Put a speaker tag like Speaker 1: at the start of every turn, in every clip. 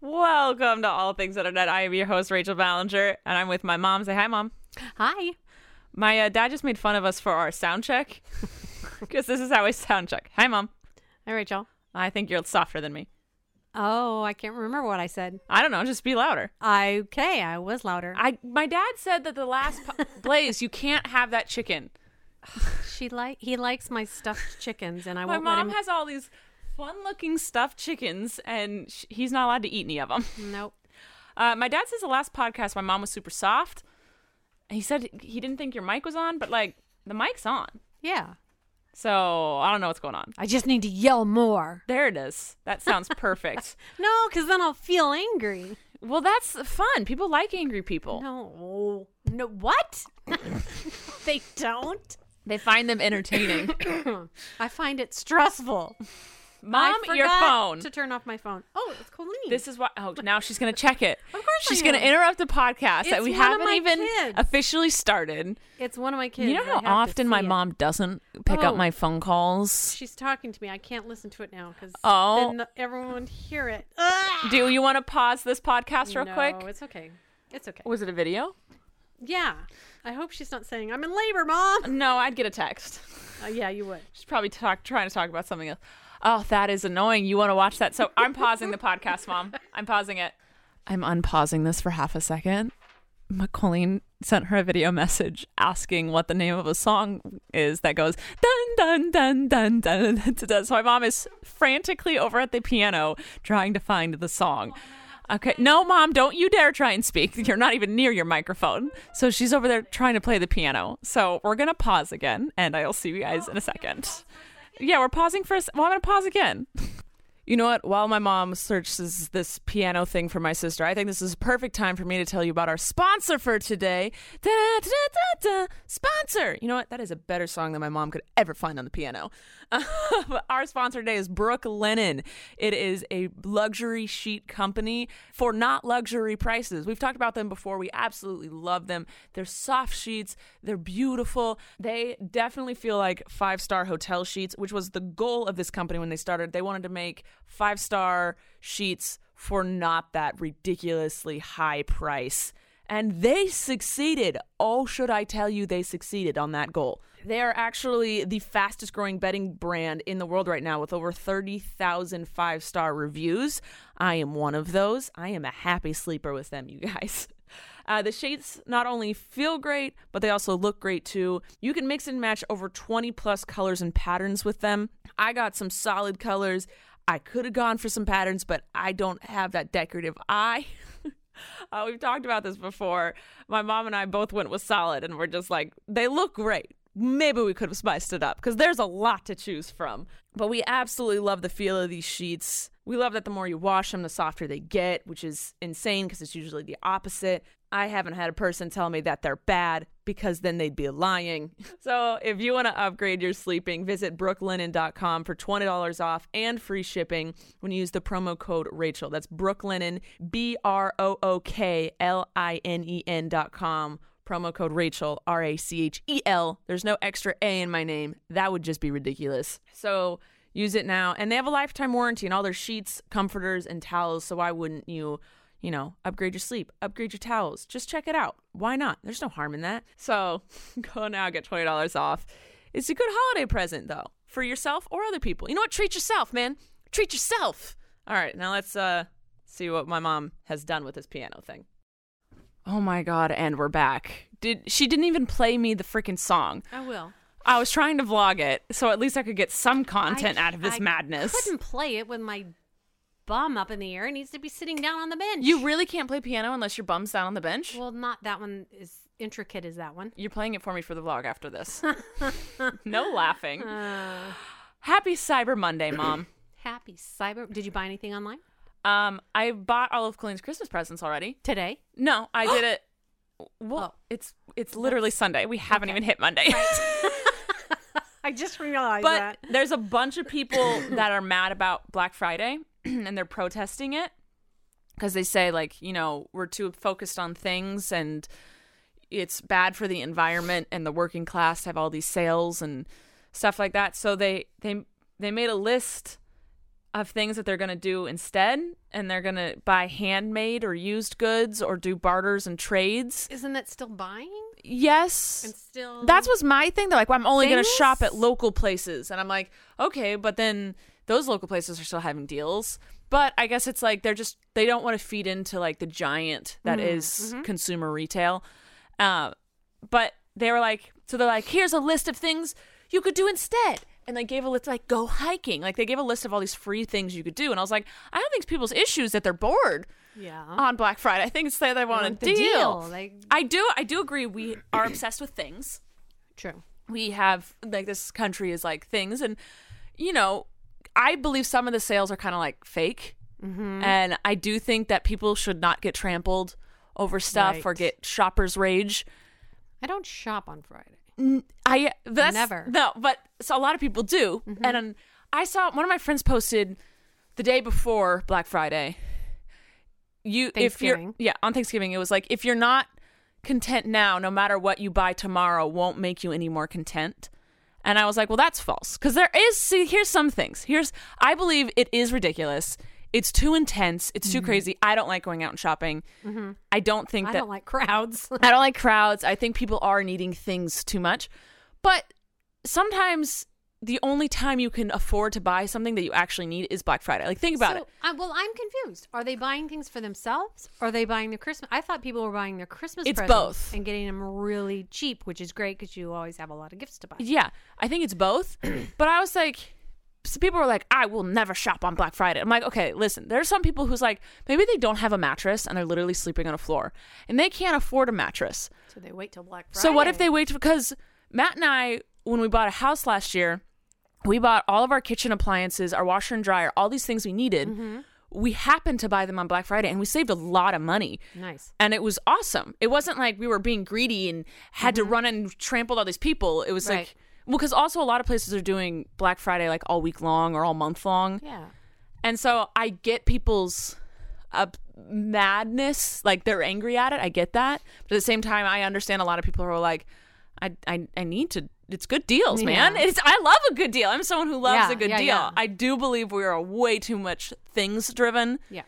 Speaker 1: Welcome to All Things Internet. I am your host, Rachel Ballinger, and I'm with my mom. Say hi, mom.
Speaker 2: Hi.
Speaker 1: My uh, dad just made fun of us for our sound check because this is how I sound check. Hi, mom.
Speaker 2: Hi, Rachel.
Speaker 1: I think you're softer than me.
Speaker 2: Oh, I can't remember what I said.
Speaker 1: I don't know. Just be louder.
Speaker 2: I, okay, I was louder.
Speaker 1: I my dad said that the last po- Blaze, you can't have that chicken.
Speaker 2: she like he likes my stuffed chickens, and I
Speaker 1: My
Speaker 2: won't let
Speaker 1: mom
Speaker 2: him.
Speaker 1: has all these fun-looking stuffed chickens, and sh- he's not allowed to eat any of them.
Speaker 2: nope.
Speaker 1: Uh, my dad says the last podcast my mom was super soft. He said he didn't think your mic was on, but like the mic's on.
Speaker 2: Yeah,
Speaker 1: So I don't know what's going on.
Speaker 2: I just need to yell more.
Speaker 1: There it is. That sounds perfect.
Speaker 2: No, because then I'll feel angry.
Speaker 1: well, that's fun. People like angry people.
Speaker 2: No, no, what? they don't.
Speaker 1: They find them entertaining.
Speaker 2: I find it stressful. I
Speaker 1: Mom, your
Speaker 2: forgot
Speaker 1: phone.
Speaker 2: to turn off my phone. Oh, it's Colleen.
Speaker 1: This is why. Oh, now she's gonna check it.
Speaker 2: Of course
Speaker 1: she's
Speaker 2: I
Speaker 1: gonna
Speaker 2: am.
Speaker 1: interrupt the podcast that
Speaker 2: It's
Speaker 1: we
Speaker 2: one of
Speaker 1: haven't
Speaker 2: my
Speaker 1: even
Speaker 2: kids.
Speaker 1: officially started.
Speaker 2: it's one of my kids.
Speaker 1: you know
Speaker 2: I
Speaker 1: how
Speaker 2: have to
Speaker 1: often my
Speaker 2: see it.
Speaker 1: mom doesn't pick up
Speaker 2: Oh.
Speaker 1: my phone calls.
Speaker 2: She's talking to me. I can't listen to it now because
Speaker 1: Oh.
Speaker 2: then everyone would hear it.
Speaker 1: Do you want to pause this podcast real
Speaker 2: Ah. no,
Speaker 1: quick?
Speaker 2: it's okay. It's okay.
Speaker 1: Was it a video?
Speaker 2: Yeah. I hope she's not saying, I'm in labor, mom.
Speaker 1: No, I'd get a text.
Speaker 2: Uh, yeah, you would.
Speaker 1: She's probably talk, trying to talk about something else. Oh, that is annoying. You want to watch that? So I'm pausing the podcast, Mom. I'm pausing it. I'm unpausing this for half a second. McColleen sent her a video message asking what the name of a song is that goes dun dun dun dun dun. dun, dun, dun. So my mom is frantically over at the piano trying to find the song. Okay, no, mom, don't you dare try and speak. You're not even near your microphone. So she's over there trying to play the piano. So we're gonna pause again, and I'll see you guys in a second. Yeah, we're pausing for a s- Well, I'm going to pause again. You know what? While my mom searches this piano thing for my sister, I think this is a perfect time for me to tell you about our sponsor for today. Da-da-da-da-da. Sponsor! You know what? That is a better song than my mom could ever find on the piano. our sponsor today is Brooke Linen. It is a luxury sheet company for not luxury prices. We've talked about them before. We absolutely love them. They're soft sheets, they're beautiful. They definitely feel like five star hotel sheets, which was the goal of this company when they started. They wanted to make five star sheets for not that ridiculously high price. And they succeeded. Oh, should I tell you, they succeeded on that goal. They are actually the fastest growing betting brand in the world right now with over 30,000 five star reviews. I am one of those. I am a happy sleeper with them, you guys. Uh, the sheets not only feel great, but they also look great too. You can mix and match over 20 plus colors and patterns with them. I got some solid colors. I could have gone for some patterns, but I don't have that decorative eye. Uh, we've talked about this before. My mom and I both went with solid, and we're just like, they look great. Maybe we could have spiced it up because there's a lot to choose from. But we absolutely love the feel of these sheets. We love that the more you wash them, the softer they get, which is insane because it's usually the opposite. I haven't had a person tell me that they're bad because then they'd be lying. So if you want to upgrade your sleeping, visit brooklinen.com for $20 off and free shipping when you use the promo code Rachel. That's brooklinen, B R O O K L I N E N.com. Promo code Rachel, R A C H E L. There's no extra A in my name. That would just be ridiculous. So use it now. And they have a lifetime warranty and all their sheets, comforters, and towels. So why wouldn't you? you know, upgrade your sleep, upgrade your towels. Just check it out. Why not? There's no harm in that. So go now, get $20 off. It's a good holiday present, though, for yourself or other people. You know what? Treat yourself, man. Treat yourself. All right, now let's uh, see what my mom has done with this piano thing. Oh my God, and we're back. Did she didn't even play me the freaking song.
Speaker 2: I will.
Speaker 1: I was trying to vlog it, so at least I could get some content out of this
Speaker 2: I
Speaker 1: madness.
Speaker 2: couldn't play it with my bum up in the air. It needs to be sitting down on the bench.
Speaker 1: You really can't play piano unless your bum's down on the bench?
Speaker 2: Well, not that one is intricate as that one.
Speaker 1: You're playing it for me for the vlog after this. no laughing.
Speaker 2: Uh.
Speaker 1: Happy Cyber Monday, Mom.
Speaker 2: Happy cyber. Did you buy anything online?
Speaker 1: Um, I bought all of Colleen's Christmas presents already.
Speaker 2: Today?
Speaker 1: No, I did it. Well,
Speaker 2: Oh.
Speaker 1: it's it's literally Sunday. We haven't even hit Monday.
Speaker 2: I just realized
Speaker 1: but there's a bunch of people that are mad about Black Friday and they're protesting it because they say like, you know, we're too focused on things and it's bad for the environment and the working class to have all these sales and stuff like that. So they they they made a list of things that they're going to do instead and they're going to buy handmade or used goods or do barters and trades.
Speaker 2: Isn't that still buying?
Speaker 1: Yes.
Speaker 2: And still.
Speaker 1: That's was my thing. They're like, well, I'm only going to
Speaker 2: Things?
Speaker 1: shop at local places. And I'm like, okay, but then those local places are still having deals. But I guess it's like they're just, they don't want to feed into like the giant that
Speaker 2: Mm-hmm.
Speaker 1: is consumer retail. Uh, but they were like, so they're like, here's a list of things you could do instead. And they gave a list, like, go hiking. Like, they gave a list of all these free things you could do. And I was like, I don't think it's people's issues that they're bored
Speaker 2: Yeah.
Speaker 1: on Black Friday. I think it's that they want,
Speaker 2: want
Speaker 1: a
Speaker 2: the
Speaker 1: deal.
Speaker 2: deal. Like-
Speaker 1: I do, I do agree. We are obsessed with things
Speaker 2: True.
Speaker 1: we have like this country is like things and you know i believe some of the sales are kind of like fake and i do think that people should not get trampled over stuff or
Speaker 2: Right.
Speaker 1: get shoppers rage
Speaker 2: I don't shop on Friday.
Speaker 1: i that's
Speaker 2: Never. Mm-hmm.
Speaker 1: no but so a lot of people do and um, i saw one of my friends posted the day before black friday you if you're
Speaker 2: Thanksgiving.
Speaker 1: yeah on thanksgiving it was like if you're not content now no matter what you buy tomorrow won't make you any more content and i was like well that's false because there is see here's some things here's i believe it is ridiculous it's too intense it's too crazy i don't like going out and shopping i don't think
Speaker 2: Mm-hmm. I
Speaker 1: that
Speaker 2: don't like crowds.
Speaker 1: I don't like crowds. I think people are needing things too much. But sometimes the only time you can afford to buy something that you actually need is Black Friday. Like think about
Speaker 2: so,
Speaker 1: it.
Speaker 2: I- well, I'm confused. Are they buying things for themselves? Or are they buying their Christmas? I thought people were buying their Christmas
Speaker 1: It's
Speaker 2: presents
Speaker 1: both.
Speaker 2: and getting them really cheap, which is great because you always have a lot of gifts to buy.
Speaker 1: Yeah, I think it's both. but I was like so people were like, "I will never shop on Black Friday." I'm like, "Okay, listen. There's some people who's like, maybe they don't have a mattress and they're literally sleeping on a floor and they can't afford a mattress.
Speaker 2: So they wait till Black Friday.
Speaker 1: So what if they wait because Matt and I, when we bought a house last year, we bought all of our kitchen appliances, our washer and dryer, all these things we needed. We happened to buy them on Black Friday and we saved a lot of money.
Speaker 2: Nice.
Speaker 1: And it was awesome. It wasn't like we were being greedy and had to run and trampled all these people. It was
Speaker 2: Right.
Speaker 1: like well, because also a lot of places are doing Black Friday like all week long or all month long.
Speaker 2: Yeah.
Speaker 1: And so I get people's uh, madness, like they're angry at it. I get that, but at the same time, I understand a lot of people who are like, I, I, I need to. It's good deals, man.
Speaker 2: Yeah.
Speaker 1: It's I love a good deal. I'm someone who loves
Speaker 2: Yeah,
Speaker 1: a good
Speaker 2: yeah,
Speaker 1: deal.
Speaker 2: yeah.
Speaker 1: I do believe we are way too much things driven,
Speaker 2: Yeah.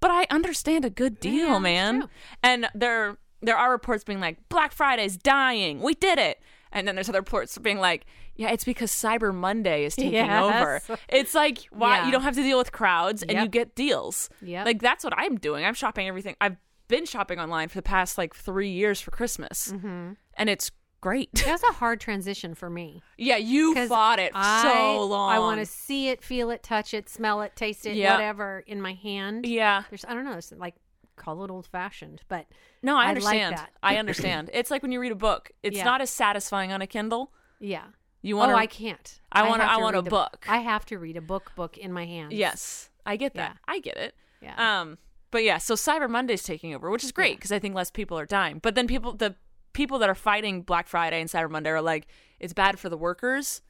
Speaker 1: but I understand a good deal,
Speaker 2: that's
Speaker 1: man.
Speaker 2: true.
Speaker 1: And there there are reports being like Black Friday's dying. We did it. And then there's other reports being like, yeah, it's because Cyber Monday is taking
Speaker 2: Yes.
Speaker 1: over. It's like why
Speaker 2: Yeah.
Speaker 1: you don't have to deal with crowds and you
Speaker 2: Yep.
Speaker 1: get deals.
Speaker 2: Yep.
Speaker 1: Like that's what I'm doing. I'm shopping everything. I've been shopping online for the past like 3 years for Christmas.
Speaker 2: Mm-hmm.
Speaker 1: And it's great.
Speaker 2: That was a hard transition for me.
Speaker 1: yeah, you
Speaker 2: 'Cause
Speaker 1: fought it
Speaker 2: I-
Speaker 1: so long.
Speaker 2: I want to see it, feel it, touch it, smell it, taste it,
Speaker 1: Yeah.
Speaker 2: whatever in my hand.
Speaker 1: Yeah.
Speaker 2: There's, I don't know, it's like call it old fashioned, but
Speaker 1: No, I
Speaker 2: I like
Speaker 1: understand.
Speaker 2: that.
Speaker 1: I understand. it's like when you read a book. It's
Speaker 2: Yeah.
Speaker 1: not as satisfying on a Kindle.
Speaker 2: yeah.
Speaker 1: You want
Speaker 2: oh,
Speaker 1: to
Speaker 2: I can't.
Speaker 1: I wanna-
Speaker 2: have
Speaker 1: I
Speaker 2: to
Speaker 1: want a
Speaker 2: read the-
Speaker 1: book.
Speaker 2: I have to read a book, book in my hand.
Speaker 1: Yes, I get that.
Speaker 2: Yeah.
Speaker 1: I get it.
Speaker 2: Yeah.
Speaker 1: Um, but yeah, so Cyber Monday's taking over, which is great because I think less people are dying. But then people, the people that are fighting Black Friday and Cyber Monday are like, it's bad for the workers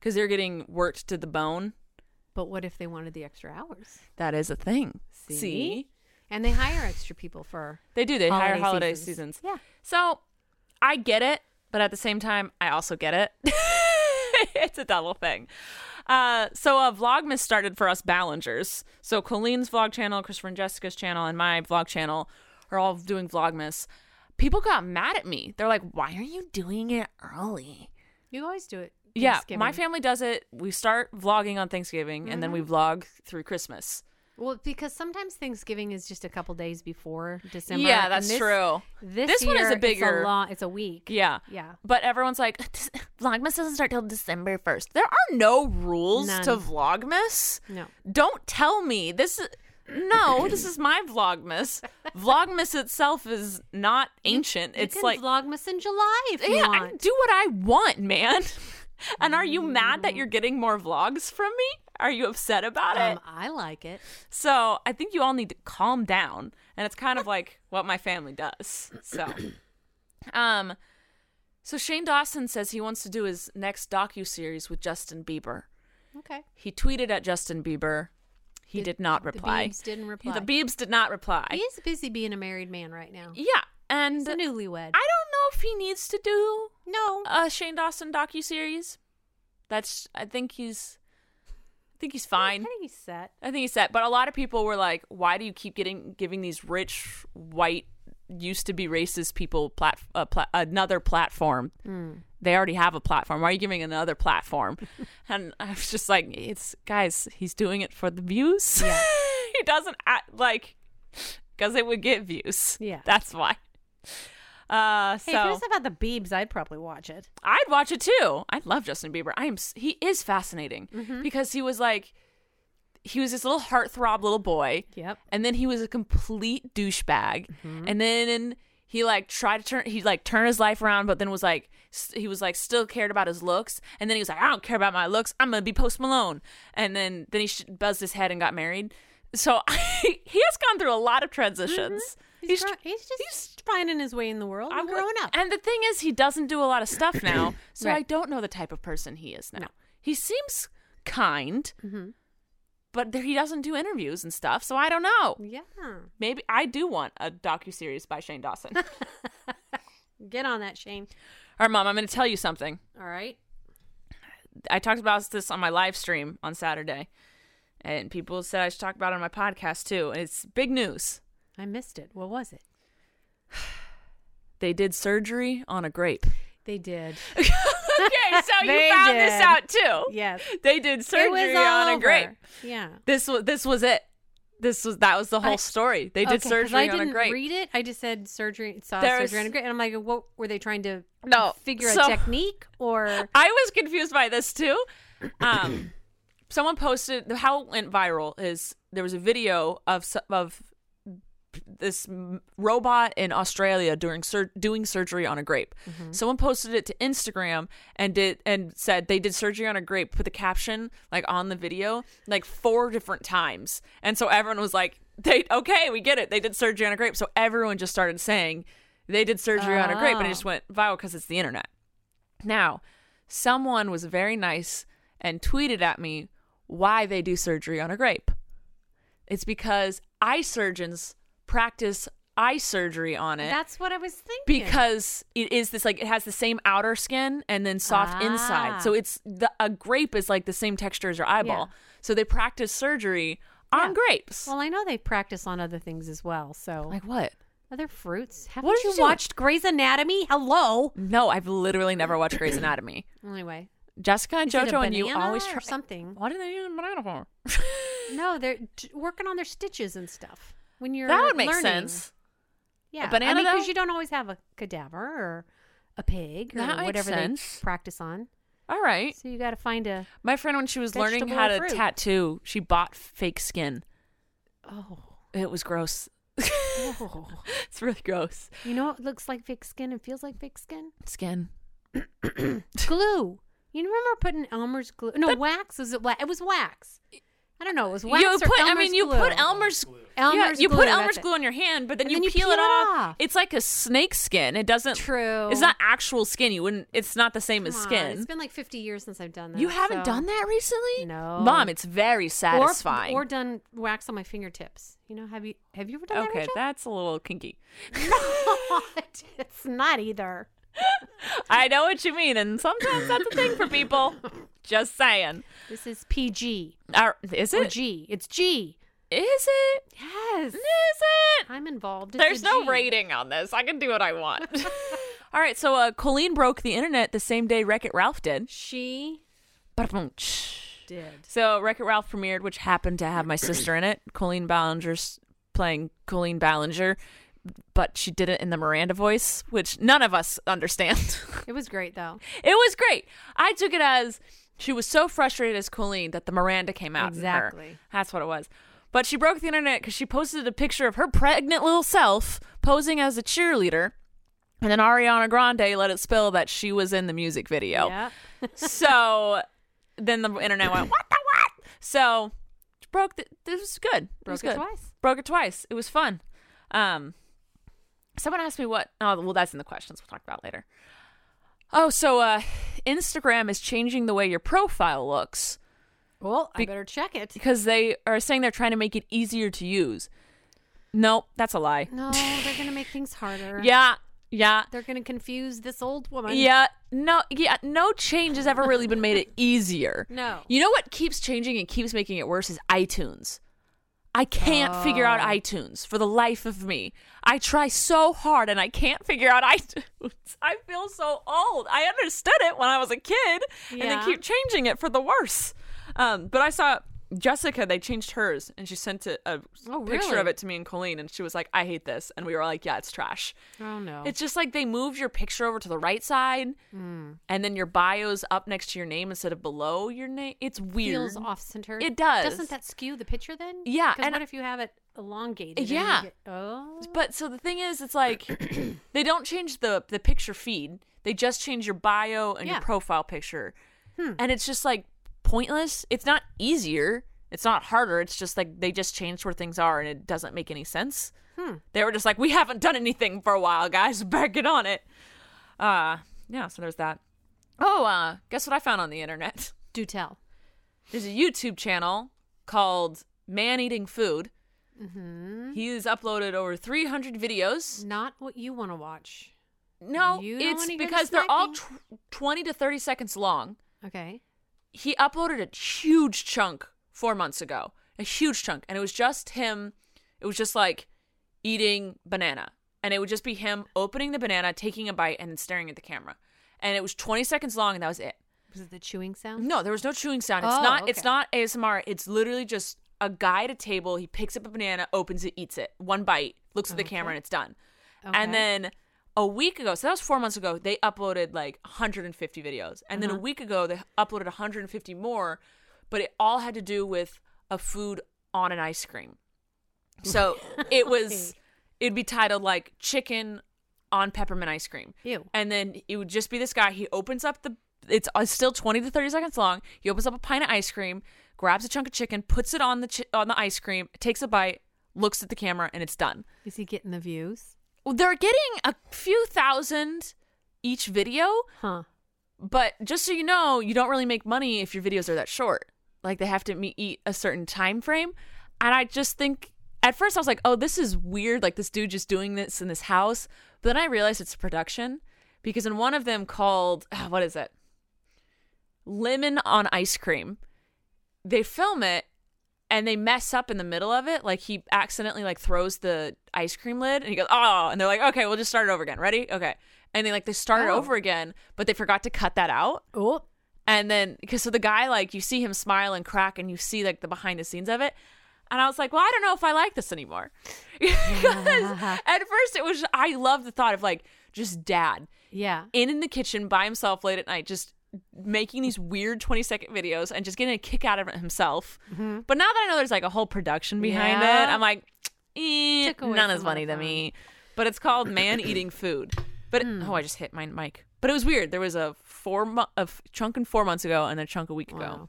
Speaker 1: because they're getting worked to the bone.
Speaker 2: But what if they wanted the extra hours?
Speaker 1: That is a thing.
Speaker 2: See? And they hire extra people for
Speaker 1: they do. They hire
Speaker 2: Holiday
Speaker 1: holiday
Speaker 2: seasons.
Speaker 1: seasons.
Speaker 2: Yeah.
Speaker 1: So I get it, but at the same time, I also get it. it's a double thing. Uh, so uh, Vlogmas started for us Ballingers. So Colleen's vlog channel, Christopher and Jessica's channel, and my vlog channel are all doing Vlogmas. People got mad at me. They're like, "Why are you doing it early?"
Speaker 2: you always do it.
Speaker 1: Yeah, my
Speaker 2: Thanksgiving.
Speaker 1: family does it. We start vlogging on Thanksgiving, and then we
Speaker 2: Mm-hmm.
Speaker 1: vlog through Christmas.
Speaker 2: Well, because sometimes Thanksgiving is just a couple days before December.
Speaker 1: Yeah,
Speaker 2: and
Speaker 1: that's
Speaker 2: this-
Speaker 1: true.
Speaker 2: This,
Speaker 1: This one is a
Speaker 2: year,
Speaker 1: bigger-
Speaker 2: It's a, long, it's a week.
Speaker 1: Yeah.
Speaker 2: Yeah.
Speaker 1: But everyone's like, Vlogmas doesn't start till December 1st. There are no rules to
Speaker 2: None.
Speaker 1: Vlogmas.
Speaker 2: No.
Speaker 1: Don't tell me. This is. No, this is my Vlogmas. Vlogmas itself is not ancient.
Speaker 2: You
Speaker 1: it's
Speaker 2: can
Speaker 1: like.
Speaker 2: Vlogmas in July if you
Speaker 1: yeah, I
Speaker 2: want. Mm.
Speaker 1: do what I want, man. and are you mad that you're getting more vlogs from me? Are you upset about it?
Speaker 2: Um, I like it.
Speaker 1: So I think you all need to calm down. And it's kind of like what my family does. So um so Shane Dawson says he wants to do his next docu series with Justin Bieber.
Speaker 2: Okay.
Speaker 1: He tweeted at Justin Bieber. He
Speaker 2: Did-
Speaker 1: did, not
Speaker 2: the
Speaker 1: reply.
Speaker 2: Biebs didn't reply.
Speaker 1: The Biebs did not reply.
Speaker 2: He is busy being a married man right now.
Speaker 1: yeah. And
Speaker 2: He's a
Speaker 1: I don't
Speaker 2: newlywed.
Speaker 1: know if he needs to do
Speaker 2: no.
Speaker 1: a Shane Dawson docu series. That's I think he's I think he's fine.
Speaker 2: I think he's set.
Speaker 1: I think he's set. But a lot of people were like, "Why do you keep getting giving these rich white used to be racist people plat- uh, pla- another platform?
Speaker 2: Hmm.
Speaker 1: They already have a platform. Why are you giving another platform?" and I was just like, "It's guys, he's doing it for the views. he doesn't act like because it would get views.
Speaker 2: Yeah.
Speaker 1: that's why." Uh,
Speaker 2: Hey,
Speaker 1: so
Speaker 2: if it was about the Biebs, I'd probably watch it.
Speaker 1: I'd watch it too. I love Justin Bieber. I am. s- He is fascinating
Speaker 2: Mm-hmm.
Speaker 1: because he was like, he was this little heartthrob little boy.
Speaker 2: Yep. Mm-hmm.
Speaker 1: And then he was a complete douchebag. And then he like tried to turn. He like turned his life around, but then was like, s- he was like still cared about his looks. And then he was like, I don't care about my looks. I'm gonna be Post Malone. And then then he sh- buzzed his head and got married. So he has gone through a lot of transitions.
Speaker 2: Mm-hmm. He's, gro- he's just finding his way in the world. I'm
Speaker 1: would-
Speaker 2: grown up.
Speaker 1: And the thing is, he doesn't do a lot of stuff now, so
Speaker 2: Right.
Speaker 1: I don't know the type of person he is now. He seems kind,
Speaker 2: Mm-hmm.
Speaker 1: but there, he doesn't do interviews and stuff, so I don't know.
Speaker 2: yeah.
Speaker 1: Maybe I do want a docu series by Shane Dawson. All
Speaker 2: Get on that, Shane.
Speaker 1: right, Mom, I'm going to tell you something.
Speaker 2: All right.
Speaker 1: I talked about this on my live stream on Saturday, and people said I should talk about it on my podcast too. And it's big news.
Speaker 2: I missed it. What was it?
Speaker 1: They did surgery on a grape.
Speaker 2: They did.
Speaker 1: Okay, so
Speaker 2: They
Speaker 1: you found this
Speaker 2: did.
Speaker 1: out too.
Speaker 2: Yes.
Speaker 1: They did surgery on a
Speaker 2: over.
Speaker 1: grape.
Speaker 2: Yeah.
Speaker 1: This was this was it. This was that was the whole
Speaker 2: I-
Speaker 1: story. They did
Speaker 2: Okay, 'cause
Speaker 1: surgery
Speaker 2: I didn't
Speaker 1: on a grape.
Speaker 2: read it. I just said surgery. Saw
Speaker 1: There's-
Speaker 2: surgery on a grape, and I'm like, what were they trying to
Speaker 1: No,
Speaker 2: figure
Speaker 1: so-
Speaker 2: a technique or?
Speaker 1: I was confused by this too. Um, someone posted how it went viral is there was a video of s- of this m- robot in Australia doing sur- doing surgery on a grape. Someone posted it to Instagram and did and said they did surgery on a grape. Put the caption like on the video like four different times, and so everyone was like, "They okay, we get it. They did surgery on a grape." So everyone just started saying they did surgery on a grape, and it just went viral because it's the internet. Now, someone was very nice and tweeted at me why they do surgery on a grape. It's because eye surgeons practice eye surgery on it
Speaker 2: That's what I was thinking.
Speaker 1: because it is this like it has the same outer skin and then soft
Speaker 2: Ah.
Speaker 1: inside. So it's the a grape is like the same texture as your eyeball.
Speaker 2: Yeah.
Speaker 1: So they practice surgery on
Speaker 2: Yeah.
Speaker 1: grapes.
Speaker 2: well, I know they practice on other things as well. So
Speaker 1: like what?
Speaker 2: other fruits. Haven't
Speaker 1: What are
Speaker 2: you
Speaker 1: you doing?
Speaker 2: watched Grey's Anatomy? Hello.
Speaker 1: No, I've literally never watched Grey's Anatomy.
Speaker 2: Anyway,
Speaker 1: Jessica and
Speaker 2: Is it a
Speaker 1: JoJo and you
Speaker 2: banana
Speaker 1: always
Speaker 2: or
Speaker 1: try
Speaker 2: something?
Speaker 1: Why do they use a banana for?
Speaker 2: no, they're t- working on their stitches and stuff. When you're
Speaker 1: that would make
Speaker 2: learning.
Speaker 1: sense.
Speaker 2: Yeah, I
Speaker 1: banana,
Speaker 2: mean,
Speaker 1: though?
Speaker 2: you don't always have a cadaver or a pig or
Speaker 1: That makes
Speaker 2: whatever
Speaker 1: sense. Eh.
Speaker 2: they practice on.
Speaker 1: All right.
Speaker 2: So you got to find a
Speaker 1: My friend, when she was learning
Speaker 2: Vegetable
Speaker 1: how
Speaker 2: or
Speaker 1: to
Speaker 2: fruit?
Speaker 1: tattoo, she bought fake skin.
Speaker 2: oh.
Speaker 1: It was gross.
Speaker 2: oh.
Speaker 1: It's really gross.
Speaker 2: You know, it looks like fake skin and feels like fake skin.
Speaker 1: Skin.
Speaker 2: glue. You remember putting Elmer's glue? No, wax was it? Wax? It was wax. I don't know. It was wax
Speaker 1: you
Speaker 2: or
Speaker 1: put.
Speaker 2: Elmer's
Speaker 1: I mean, you
Speaker 2: glue.
Speaker 1: put Elmer's. yeah,
Speaker 2: Elmer's
Speaker 1: you
Speaker 2: glue.
Speaker 1: put
Speaker 2: that's
Speaker 1: Elmer's
Speaker 2: it.
Speaker 1: glue on your hand, but then,
Speaker 2: And
Speaker 1: you,
Speaker 2: then you
Speaker 1: peel,
Speaker 2: peel
Speaker 1: it
Speaker 2: it
Speaker 1: off.
Speaker 2: off.
Speaker 1: It's like a snake skin. It doesn't.
Speaker 2: True.
Speaker 1: It's not actual skin. You wouldn't. It's not the same as
Speaker 2: Come on,
Speaker 1: skin.
Speaker 2: It's been like 50 years since I've done that.
Speaker 1: you haven't
Speaker 2: so-
Speaker 1: done that recently.
Speaker 2: No.
Speaker 1: mom. It's very
Speaker 2: Or-
Speaker 1: satisfying.
Speaker 2: Or, done wax on my fingertips. You know, have you have you ever done
Speaker 1: okay,
Speaker 2: that?
Speaker 1: that's a little kinky.
Speaker 2: Rachel? it's not either.
Speaker 1: I know what you mean, and sometimes that's a thing for people. Just saying.
Speaker 2: This is PG
Speaker 1: Are- is
Speaker 2: or
Speaker 1: it?
Speaker 2: G. It's G.
Speaker 1: Is it? Is
Speaker 2: Yes.
Speaker 1: it?
Speaker 2: I'm involved. It's
Speaker 1: There's
Speaker 2: a
Speaker 1: no
Speaker 2: G.
Speaker 1: rating on this. I can do what I want. All right, so uh, Colleen broke the internet the same day Wreck It Ralph did.
Speaker 2: She
Speaker 1: Ba-dum-tsh.
Speaker 2: did.
Speaker 1: So Wreck It Ralph premiered, which happened to have my sister in it. Colleen Ballinger's playing Colleen Ballinger, but she did it in the Miranda voice, which none of us understand.
Speaker 2: It was great though.
Speaker 1: It was great. I took it as she was so frustrated as Colleen that the Miranda came out. in her.
Speaker 2: Exactly.
Speaker 1: That's what it was. But she broke the internet because she posted a picture of her pregnant little self posing as a cheerleader. And then Ariana Grande let it spill that Oh, she was in the music video.
Speaker 2: Yeah.
Speaker 1: So then the internet went, what the what? So broke. The, this was good.
Speaker 2: Broke
Speaker 1: was
Speaker 2: it
Speaker 1: good.
Speaker 2: twice.
Speaker 1: Broke it twice. It was fun. Um, someone asked me what. Oh, well, that's in the questions. We'll talk about later. Oh, so uh, Instagram is changing the way your profile looks
Speaker 2: Well,
Speaker 1: Be-
Speaker 2: I better check it.
Speaker 1: because they are saying they're trying to make it easier to use. Nope, that's a lie.
Speaker 2: No, they're gonna make things harder.
Speaker 1: Yeah, yeah.
Speaker 2: They're gonna confuse this old woman.
Speaker 1: Yeah, no, yeah, no change has ever really been made it easier.
Speaker 2: No.
Speaker 1: You know what keeps changing and keeps making it worse is iTunes. I can't figure
Speaker 2: Oh.
Speaker 1: out iTunes for the life of me. I try so hard and I can't figure out iTunes. I feel so old. I understood it when I was a kid, and
Speaker 2: Yeah.
Speaker 1: they keep changing it for the worse. Um, but I saw Jessica; they changed hers, and she sent a, a
Speaker 2: Oh,
Speaker 1: picture of
Speaker 2: really?
Speaker 1: it to me and Colleen, and she was like, "I hate this," and we were like, "Yeah, it's trash."
Speaker 2: Oh no.
Speaker 1: It's just like they moved your picture over to the right side, and then your bio's up next to your name instead of below your name. It's weird.
Speaker 2: feels off center.
Speaker 1: It does.
Speaker 2: Doesn't that skew the picture then?
Speaker 1: Yeah,
Speaker 2: Because
Speaker 1: and-
Speaker 2: what if you have it elongated? and you
Speaker 1: Yeah.
Speaker 2: get- oh.
Speaker 1: But so the thing is, it's like they don't change the the picture feed. They just change your bio and your
Speaker 2: Yeah.
Speaker 1: profile picture, and it's just like pointless. It's not easier. It's not harder. It's just like they just changed where things are, and it doesn't make any sense. They were just like, we haven't done anything for a while, guys. Better get on it. Uh yeah. So there's that. Oh, uh, guess what I found on the internet?
Speaker 2: Do tell.
Speaker 1: There's a YouTube channel called Man Eating Food. He's uploaded over 300 videos.
Speaker 2: Not what you want to watch.
Speaker 1: No,
Speaker 2: You don't
Speaker 1: it's
Speaker 2: wanna hear the
Speaker 1: because they're all tw 20 to 30 seconds long.
Speaker 2: Okay.
Speaker 1: He uploaded a huge chunk four months ago, a huge chunk, and it was just him. It was just like eating banana, and it would just be him opening the banana, taking a bite, and then staring at the camera. And it was 20 seconds long, and that was it.
Speaker 2: Was it the chewing sound?
Speaker 1: No, there was no chewing sound. It's
Speaker 2: Oh,
Speaker 1: not. It's
Speaker 2: okay.
Speaker 1: not ASMR. It's literally just a guy at a table. He picks up a banana, opens it, eats it, one bite, looks at the camera,
Speaker 2: Okay.
Speaker 1: and it's done.
Speaker 2: Okay.
Speaker 1: And then a week ago, so that was four months ago, they uploaded like 150 videos, and
Speaker 2: Uh-huh.
Speaker 1: then a week ago they uploaded 150 more, but it all had to do with a food on an ice cream. So it was. It'd be titled like chicken on peppermint ice cream.
Speaker 2: Ew.
Speaker 1: And then it would just be this guy. He opens up the. It's uh, still twenty to thirty seconds long. He opens up a pint of ice cream, grabs a chunk of chicken, puts it on the chi- on the ice cream, takes a bite, looks at the camera, and it's done.
Speaker 2: Is he getting the views?
Speaker 1: Well, they're getting a few thousand each video,
Speaker 2: Huh.
Speaker 1: but just so you know, you don't really make money if your videos are that short. Like they have to meet eat a certain time frame, and I just think at first I was like, "Oh, this is weird. Like this dude just doing this in this house." But then I realized it's a production because in one of them called ah, what is it? Lemon on ice cream. They film it and they mess up in the middle of it. Like he accidentally like throws the ice cream lid and he goes, "Oh," and they're like, "Okay, we'll just start it over again. Ready? Okay." And they like they start it
Speaker 2: Oh.
Speaker 1: over again, but they forgot to cut that out.
Speaker 2: Oh.
Speaker 1: And then, because so the guy, like, you see him smile and crack, and you see like the behind the scenes of it. And I was like, well, I don't know if I like this anymore. because at first it was, I love the thought of like just dad
Speaker 2: Yeah.
Speaker 1: in in the kitchen by himself late at night, just making these weird 20 second videos and just getting a kick out of it himself. But now that I know there's like a whole production behind it,
Speaker 2: Mm-hmm. Yeah.
Speaker 1: I'm like, eh,
Speaker 2: Took away
Speaker 1: none is
Speaker 2: some of
Speaker 1: funny
Speaker 2: the
Speaker 1: to me. But it's called Man Eating Food. But it-
Speaker 2: Hmm.
Speaker 1: oh, I just hit my mic. But it was weird. There was a four mo- a f- chunk and four months ago and a chunk a week ago.
Speaker 2: Wow.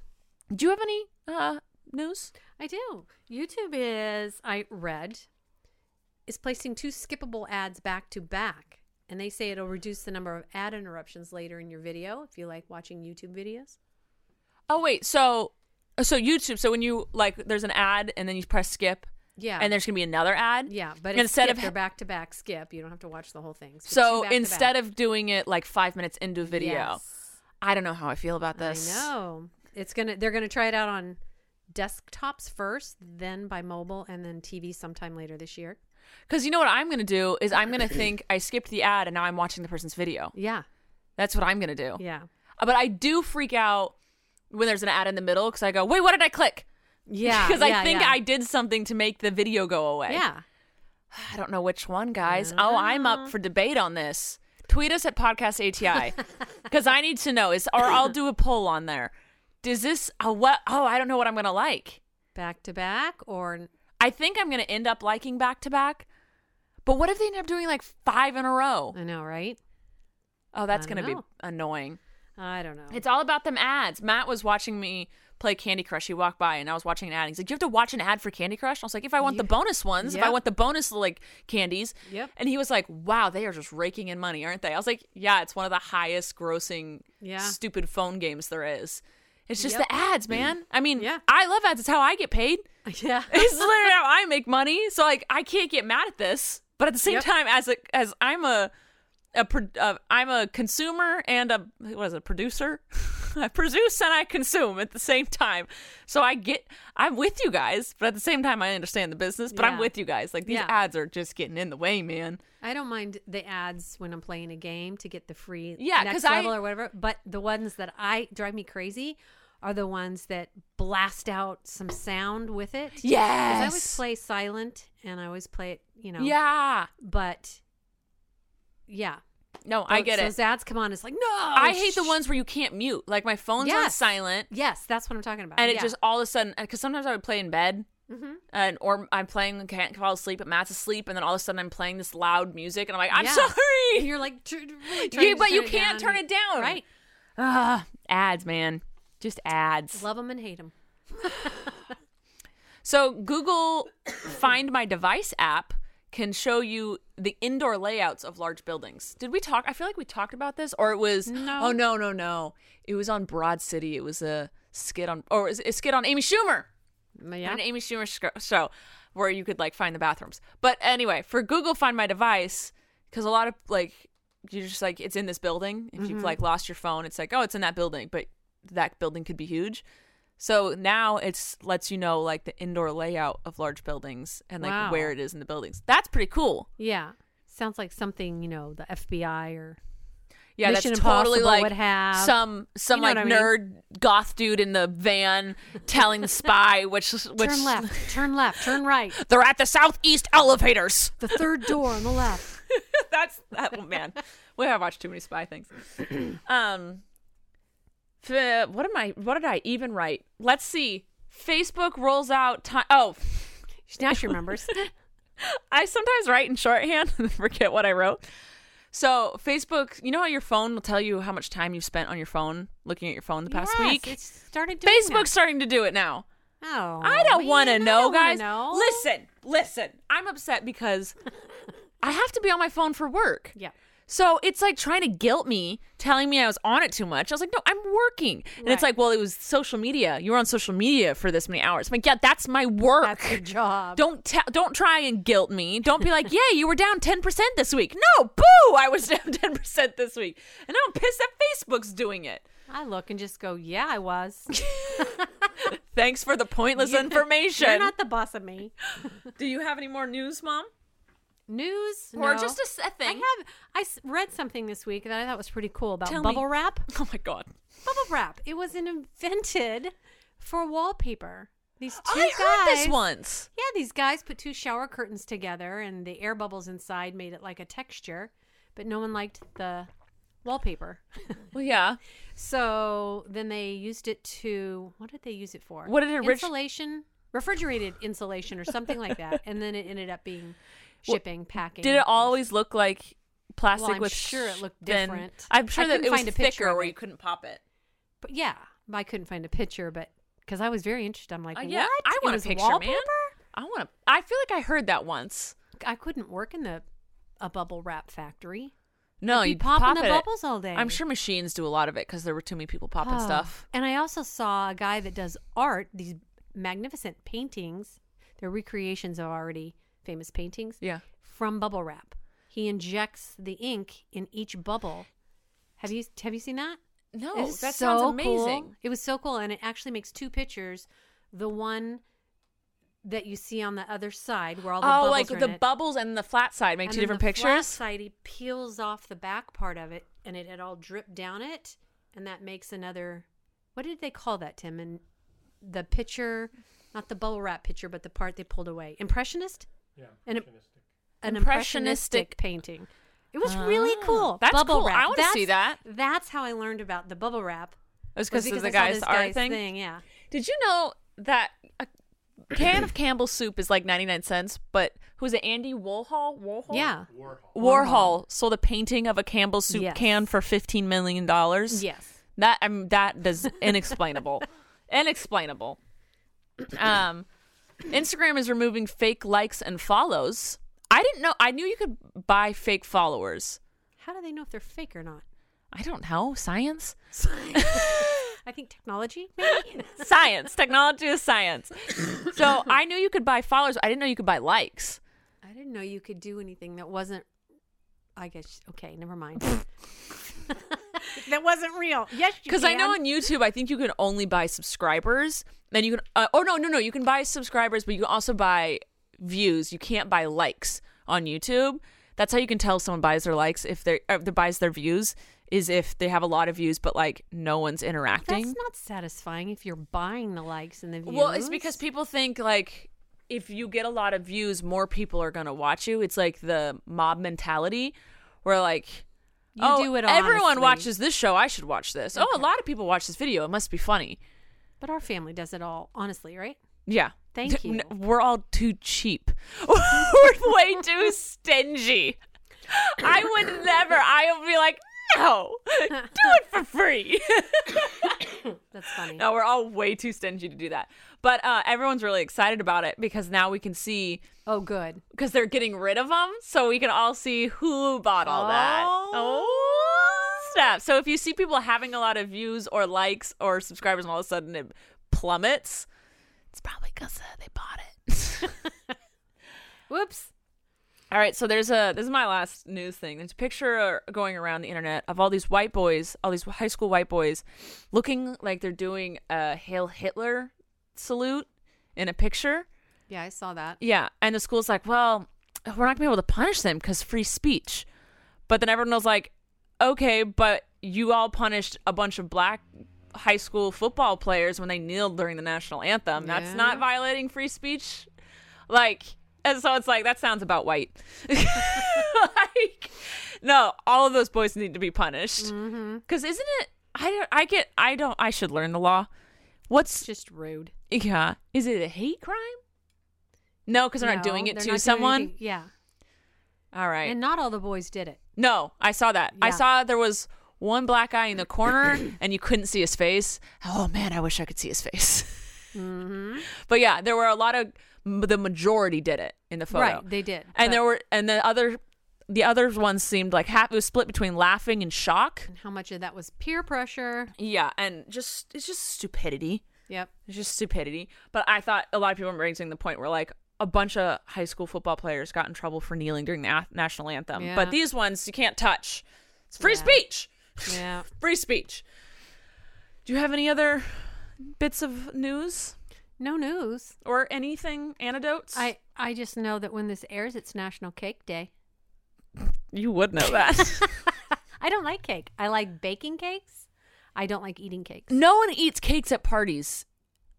Speaker 1: Do you have any uh, news?
Speaker 2: I do. YouTube is, I read, is placing two skippable ads back to back. And they say it'll reduce the number of ad interruptions later in your video if you like watching YouTube videos.
Speaker 1: Oh wait, so so YouTube. So when you like, there's an ad and then you press skip,
Speaker 2: Yeah.
Speaker 1: and there's gonna be another ad.
Speaker 2: yeah, but
Speaker 1: instead
Speaker 2: instead
Speaker 1: of
Speaker 2: of they're back to back skip, you don't have to watch the whole thing.
Speaker 1: So instead of doing it like five minutes into a video, I don't know how I feel about this.
Speaker 2: I know. It's gonna they're gonna try it out on desktops first, then by mobile, and then TV sometime later this year.
Speaker 1: Because you know what I'm going to do is I'm going to think I skipped the ad and now I'm watching the person's video.
Speaker 2: Yeah.
Speaker 1: That's what I'm going to do.
Speaker 2: Oh. Yeah.
Speaker 1: Uh, But I do freak out when there's an ad in the middle because I go, wait, what did I click?
Speaker 2: Yeah.
Speaker 1: Because
Speaker 2: yeah,
Speaker 1: I think
Speaker 2: yeah.
Speaker 1: I did something to make the video go away.
Speaker 2: Yeah.
Speaker 1: I don't know which one, guys.
Speaker 2: I don't
Speaker 1: Oh, I'm up for debate on this. Tweet us at podcast ATI because I need to know. Is or I'll do a poll on there. Does this? Oh, what? Oh, I don't know what I'm going to like.
Speaker 2: Back to back or
Speaker 1: I think I'm going to end up liking back to back. But what if they end up doing like five in a row?
Speaker 2: I know, right?
Speaker 1: Oh, that's
Speaker 2: I
Speaker 1: going to be
Speaker 2: dunno.
Speaker 1: annoying.
Speaker 2: I don't know.
Speaker 1: It's all about them ads. Matt was watching me play Candy Crush, he walked by and I was watching an ad. He's like, "Do you have to watch an ad for Candy Crush?" I was like, "If I want the bonus ones, if I
Speaker 2: Yep.
Speaker 1: want the bonus like candies."
Speaker 2: Yep.
Speaker 1: And he was like, "Wow, they are just raking in money, aren't they?" I was like, "Yeah, it's one of the highest grossing
Speaker 2: Yeah.
Speaker 1: stupid phone games there is." It's just
Speaker 2: Yep.
Speaker 1: the ads, man. I mean,
Speaker 2: Yeah.
Speaker 1: I love ads. It's how I get paid.
Speaker 2: Yeah.
Speaker 1: It's literally how I make money. So like, I can't get mad at this. But at the same
Speaker 2: Yep.
Speaker 1: time, as a as I'm a a pro, uh, I'm a consumer and a what is it producer? I produce and I consume at the same time. So I get I'm with you guys, but at the same time, I understand the business. But I'm
Speaker 2: Yeah.
Speaker 1: with you guys. Like these
Speaker 2: Yeah.
Speaker 1: ads are just getting in the way, man.
Speaker 2: I don't mind the ads when I'm playing a game to get the free
Speaker 1: Yeah, 'cause
Speaker 2: next
Speaker 1: I-
Speaker 2: level or whatever. But the ones that I drive me crazy are the ones that blast out some sound with it. 'Cause
Speaker 1: Yes.
Speaker 2: I always play silent and I always play it, you know.
Speaker 1: Yeah.
Speaker 2: But yeah.
Speaker 1: No, I
Speaker 2: Those-
Speaker 1: get it.
Speaker 2: Those ads come on. It's like, no.
Speaker 1: I hate the
Speaker 2: sh-
Speaker 1: ones where you can't mute. Like my phone's on
Speaker 2: Yes.
Speaker 1: silent,
Speaker 2: Yes, that's what I'm talking about.
Speaker 1: and it
Speaker 2: Yeah.
Speaker 1: just all of a sudden because sometimes I would play in bed
Speaker 2: Mhm.
Speaker 1: and or I'm playing and can't fall asleep, but Matt's asleep, and then all of a sudden I'm playing this loud music, and I'm like, I'm
Speaker 2: Yeah. And
Speaker 1: sorry.
Speaker 2: you're like, tr- really
Speaker 1: You-
Speaker 2: trying to
Speaker 1: but
Speaker 2: turn
Speaker 1: you
Speaker 2: it
Speaker 1: can't
Speaker 2: down.
Speaker 1: turn it down,
Speaker 2: Right.
Speaker 1: Ugh, ads, man, just ads.
Speaker 2: Love them and hate them.
Speaker 1: So Google Find My Device app can show you the indoor layouts of large buildings. Did we talk? I feel like we talked about this, or it was
Speaker 2: No.
Speaker 1: Oh no, no, no! It was on Broad City. It was a skit on, or it was a skit on Amy Schumer.
Speaker 2: Yeah.
Speaker 1: an Amy Schumer sc- show where you could like find the bathrooms. But anyway, for Google Find My Device, because a lot of like you're just like it's in this building. If
Speaker 2: Mm-hmm.
Speaker 1: you've like lost your phone, it's like oh it's in that building, but that building could be huge. So now it's lets you know like the indoor layout of large buildings and like
Speaker 2: Wow.
Speaker 1: where it is in the buildings. That's pretty cool.
Speaker 2: Yeah. Sounds like something, you know, the FBI or
Speaker 1: Yeah,
Speaker 2: Mission
Speaker 1: that's totally
Speaker 2: Impossible
Speaker 1: like
Speaker 2: would have-
Speaker 1: some some
Speaker 2: You know
Speaker 1: like
Speaker 2: what I mean.
Speaker 1: nerd goth dude in the van telling the spy which which
Speaker 2: turn left, turn left, turn right.
Speaker 1: they're at the southeast elevators.
Speaker 2: The third door on the left.
Speaker 1: That's that oh, man. We have watched too many spy things. Um, f- what am I? What did I even write? Let's see. Facebook rolls out time. Oh,
Speaker 2: Now she remembers.
Speaker 1: I sometimes write in shorthand and forget what I wrote. So Facebook, you know how your phone will tell you how much time you've spent on your phone, looking at your phone the past
Speaker 2: Yes,
Speaker 1: week.
Speaker 2: It started doing
Speaker 1: Facebook's
Speaker 2: that.
Speaker 1: starting to do it now.
Speaker 2: Oh,
Speaker 1: I don't
Speaker 2: man,
Speaker 1: want
Speaker 2: I
Speaker 1: to know,
Speaker 2: don't wanna
Speaker 1: guys.
Speaker 2: know.
Speaker 1: Listen, listen. I'm upset because I have to be on my phone for work.
Speaker 2: Yeah.
Speaker 1: So it's like trying to guilt me, telling me I was on it too much. I was like, no, I'm working. And it's
Speaker 2: Right.
Speaker 1: like, well, it was social media. You were on social media for this many hours. I'm like, yeah, that's my work.
Speaker 2: That's your job.
Speaker 1: don't tell don't try and guilt me. Don't be like, yeah, you were down 10% this week. No, boo, I was down 10% this week. And I'm pissed that Facebook's doing it.
Speaker 2: I look and just go, yeah, I was.
Speaker 1: Thanks for the pointless information.
Speaker 2: You're not the boss of me.
Speaker 1: Do you have any more news, mom?
Speaker 2: News
Speaker 1: Or
Speaker 2: No.
Speaker 1: just a, s- a
Speaker 2: I
Speaker 1: thing?
Speaker 2: have. I s- read something this week that I thought was pretty cool about
Speaker 1: Tell me.
Speaker 2: bubble wrap.
Speaker 1: oh my god.
Speaker 2: Bubble wrap. It was an invented for wallpaper. These
Speaker 1: I
Speaker 2: two guys.
Speaker 1: heard this once.
Speaker 2: Yeah, these guys put two shower curtains together, and the air bubbles inside made it like a texture, but no one liked the wallpaper.
Speaker 1: Well, yeah.
Speaker 2: So then they used it to what did they use it for?
Speaker 1: What did it orig-
Speaker 2: insulation, refrigerated insulation, or something like that. And then it ended up being
Speaker 1: Well,
Speaker 2: shipping, packing.
Speaker 1: Did it always look like plastic
Speaker 2: Well, I'm
Speaker 1: with
Speaker 2: sure it looked
Speaker 1: thin-
Speaker 2: different.
Speaker 1: I'm sure
Speaker 2: I
Speaker 1: that
Speaker 2: couldn't
Speaker 1: it was
Speaker 2: find a picture
Speaker 1: thicker
Speaker 2: of
Speaker 1: where
Speaker 2: it.
Speaker 1: you couldn't pop it.
Speaker 2: But yeah, I couldn't find a picture, but because I was very interested, I'm like,
Speaker 1: Uh,
Speaker 2: what?
Speaker 1: yeah, I
Speaker 2: It
Speaker 1: want
Speaker 2: was
Speaker 1: a picture,
Speaker 2: wallpaper?
Speaker 1: man. I want to. I feel like I heard that once.
Speaker 2: I couldn't work in the a bubble wrap factory.
Speaker 1: No,
Speaker 2: I'd be
Speaker 1: you
Speaker 2: popping
Speaker 1: Oh, pop
Speaker 2: the
Speaker 1: it.
Speaker 2: bubbles all day.
Speaker 1: I'm sure machines do a lot of it because there were too many people popping
Speaker 2: Oh.
Speaker 1: stuff.
Speaker 2: And I also saw a guy that does art, these magnificent paintings. They're recreations of already famous paintings
Speaker 1: Yeah.
Speaker 2: from bubble wrap. He injects the ink in each bubble. Have you have you seen that?
Speaker 1: No,
Speaker 2: It is
Speaker 1: Oh, that
Speaker 2: so
Speaker 1: sounds
Speaker 2: cool.
Speaker 1: amazing.
Speaker 2: It was so cool, and it actually makes two pictures. The one that you see on the other side, where all the
Speaker 1: oh,
Speaker 2: bubbles
Speaker 1: like
Speaker 2: are in
Speaker 1: the
Speaker 2: it.
Speaker 1: bubbles and the flat side make
Speaker 2: And
Speaker 1: two
Speaker 2: then
Speaker 1: different
Speaker 2: the
Speaker 1: pictures.
Speaker 2: Flat side, he peels off the back part of it, and it had all dripped down it, and that makes another. What did they call that, Tim? And the picture, not the bubble wrap picture, but the part they pulled away. Impressionist. Yeah. An, an
Speaker 1: Impressionistic.
Speaker 2: impressionistic painting. It was really
Speaker 1: Ah,
Speaker 2: cool.
Speaker 1: that's
Speaker 2: bubble
Speaker 1: cool.
Speaker 2: wrap.
Speaker 1: I wanna see
Speaker 2: That's-
Speaker 1: that.
Speaker 2: That's how I learned about the bubble wrap.
Speaker 1: It was
Speaker 2: was
Speaker 1: because of the
Speaker 2: I saw
Speaker 1: guy's
Speaker 2: this
Speaker 1: art
Speaker 2: guy's
Speaker 1: thing.
Speaker 2: Yeah.
Speaker 1: Did you know that a can of Campbell's soup is like 99 cents, but who's it, Andy Warhol? Warhol?
Speaker 2: Yeah.
Speaker 1: Warhol, sold a painting of a Campbell's soup
Speaker 2: Yes.
Speaker 1: can for $15 million.
Speaker 2: Yes.
Speaker 1: That, I mean, that is inexplainable. Inexplainable. Um, Instagram is removing fake likes and follows. I didn't know. I knew you could buy fake followers.
Speaker 2: How do they know if they're fake or not?
Speaker 1: I don't know. Science?
Speaker 2: I think technology, maybe.
Speaker 1: Science. Technology is science. So I knew you could buy followers. I didn't know you could buy likes.
Speaker 2: I didn't know you could do anything that wasn't. I guess. Okay, never mind. that wasn't real. Yes, you
Speaker 1: Because I know
Speaker 2: can.
Speaker 1: on YouTube, I think you can only buy subscribers. Then you can. Uh, oh no, no, no! You can buy subscribers, but you can also buy views. You can't buy likes on YouTube. That's how you can tell if someone buys their likes if they uh, they buys their views is if they have a lot of views, but like no one's interacting.
Speaker 2: That's not satisfying if you're buying the likes and the views.
Speaker 1: well, it's because people think like if you get a lot of views, more people are gonna watch you. It's like the mob mentality, where like.
Speaker 2: you
Speaker 1: oh,
Speaker 2: do it.
Speaker 1: everyone
Speaker 2: honestly.
Speaker 1: watches this show. I should watch this. Oh, a lot of people watch this video. It must be funny.
Speaker 2: but our family does it all honestly, right?
Speaker 1: Yeah.
Speaker 2: Thank
Speaker 1: N-
Speaker 2: you.
Speaker 1: We're all too cheap. We're way too stingy. I would never. I would be like, no, do it for free.
Speaker 2: That's funny.
Speaker 1: no, we're all way too stingy to do that. But uh, everyone's really excited about it because now we can see
Speaker 2: Oh, good.
Speaker 1: because they're getting rid of them, so we can all see who bought all that.
Speaker 2: Oh.
Speaker 1: Oh, snap! So if you see people having a lot of views or likes or subscribers, and all of a sudden it plummets, it's probably because uh, they bought it.
Speaker 2: Whoops.
Speaker 1: all right, so there's a this is my last news thing. There's a picture uh, going around the internet of all these white boys, all these high school white boys, looking like they're doing a Hail Hitler salute in a picture.
Speaker 2: Yeah, I saw that.
Speaker 1: Yeah, and the school's like, well, we're not gonna be able to punish them because free speech. But then everyone was like, okay, but you all punished a bunch of black high school football players when they kneeled during the national anthem. That's
Speaker 2: Yeah.
Speaker 1: not violating free speech. Like, and so it's like that sounds about white. like, no, all of those boys need to be punished because
Speaker 2: Mm-hmm.
Speaker 1: isn't it? I don't. I get. I don't. I should learn the law. What's
Speaker 2: It's just rude.
Speaker 1: yeah. Is it a hate crime? No, because they're not
Speaker 2: No,
Speaker 1: doing it
Speaker 2: they're
Speaker 1: to
Speaker 2: not doing
Speaker 1: someone.
Speaker 2: anything- Yeah,
Speaker 1: All right.
Speaker 2: and not all the boys did it.
Speaker 1: no, I saw that. I
Speaker 2: Yeah.
Speaker 1: saw there was one black guy in the corner and you couldn't see his face. Oh man, I wish I could see his face.
Speaker 2: Mm-hmm.
Speaker 1: But yeah, there were a lot of the majority did it in the photo.
Speaker 2: Right, they did.
Speaker 1: and there
Speaker 2: but-
Speaker 1: were and the other the other ones seemed like half it was split between laughing and shock.
Speaker 2: and how much of that was peer pressure?
Speaker 1: Yeah, and just it's just stupidity.
Speaker 2: Yep.
Speaker 1: It's just stupidity. But I thought a lot of people were raising the point where like a bunch of high school football players got in trouble for kneeling during the ath- national anthem.
Speaker 2: Yeah.
Speaker 1: But these ones you can't touch. It's free
Speaker 2: Yeah.
Speaker 1: speech.
Speaker 2: Yeah.
Speaker 1: Free speech. Do you have any other bits of news
Speaker 2: No news.
Speaker 1: or anything anecdotes?
Speaker 2: I I just know that when this airs, it's National Cake Day.
Speaker 1: you would know that.
Speaker 2: I don't like cake. I like baking cakes. I don't like eating cakes.
Speaker 1: no one eats cakes at parties.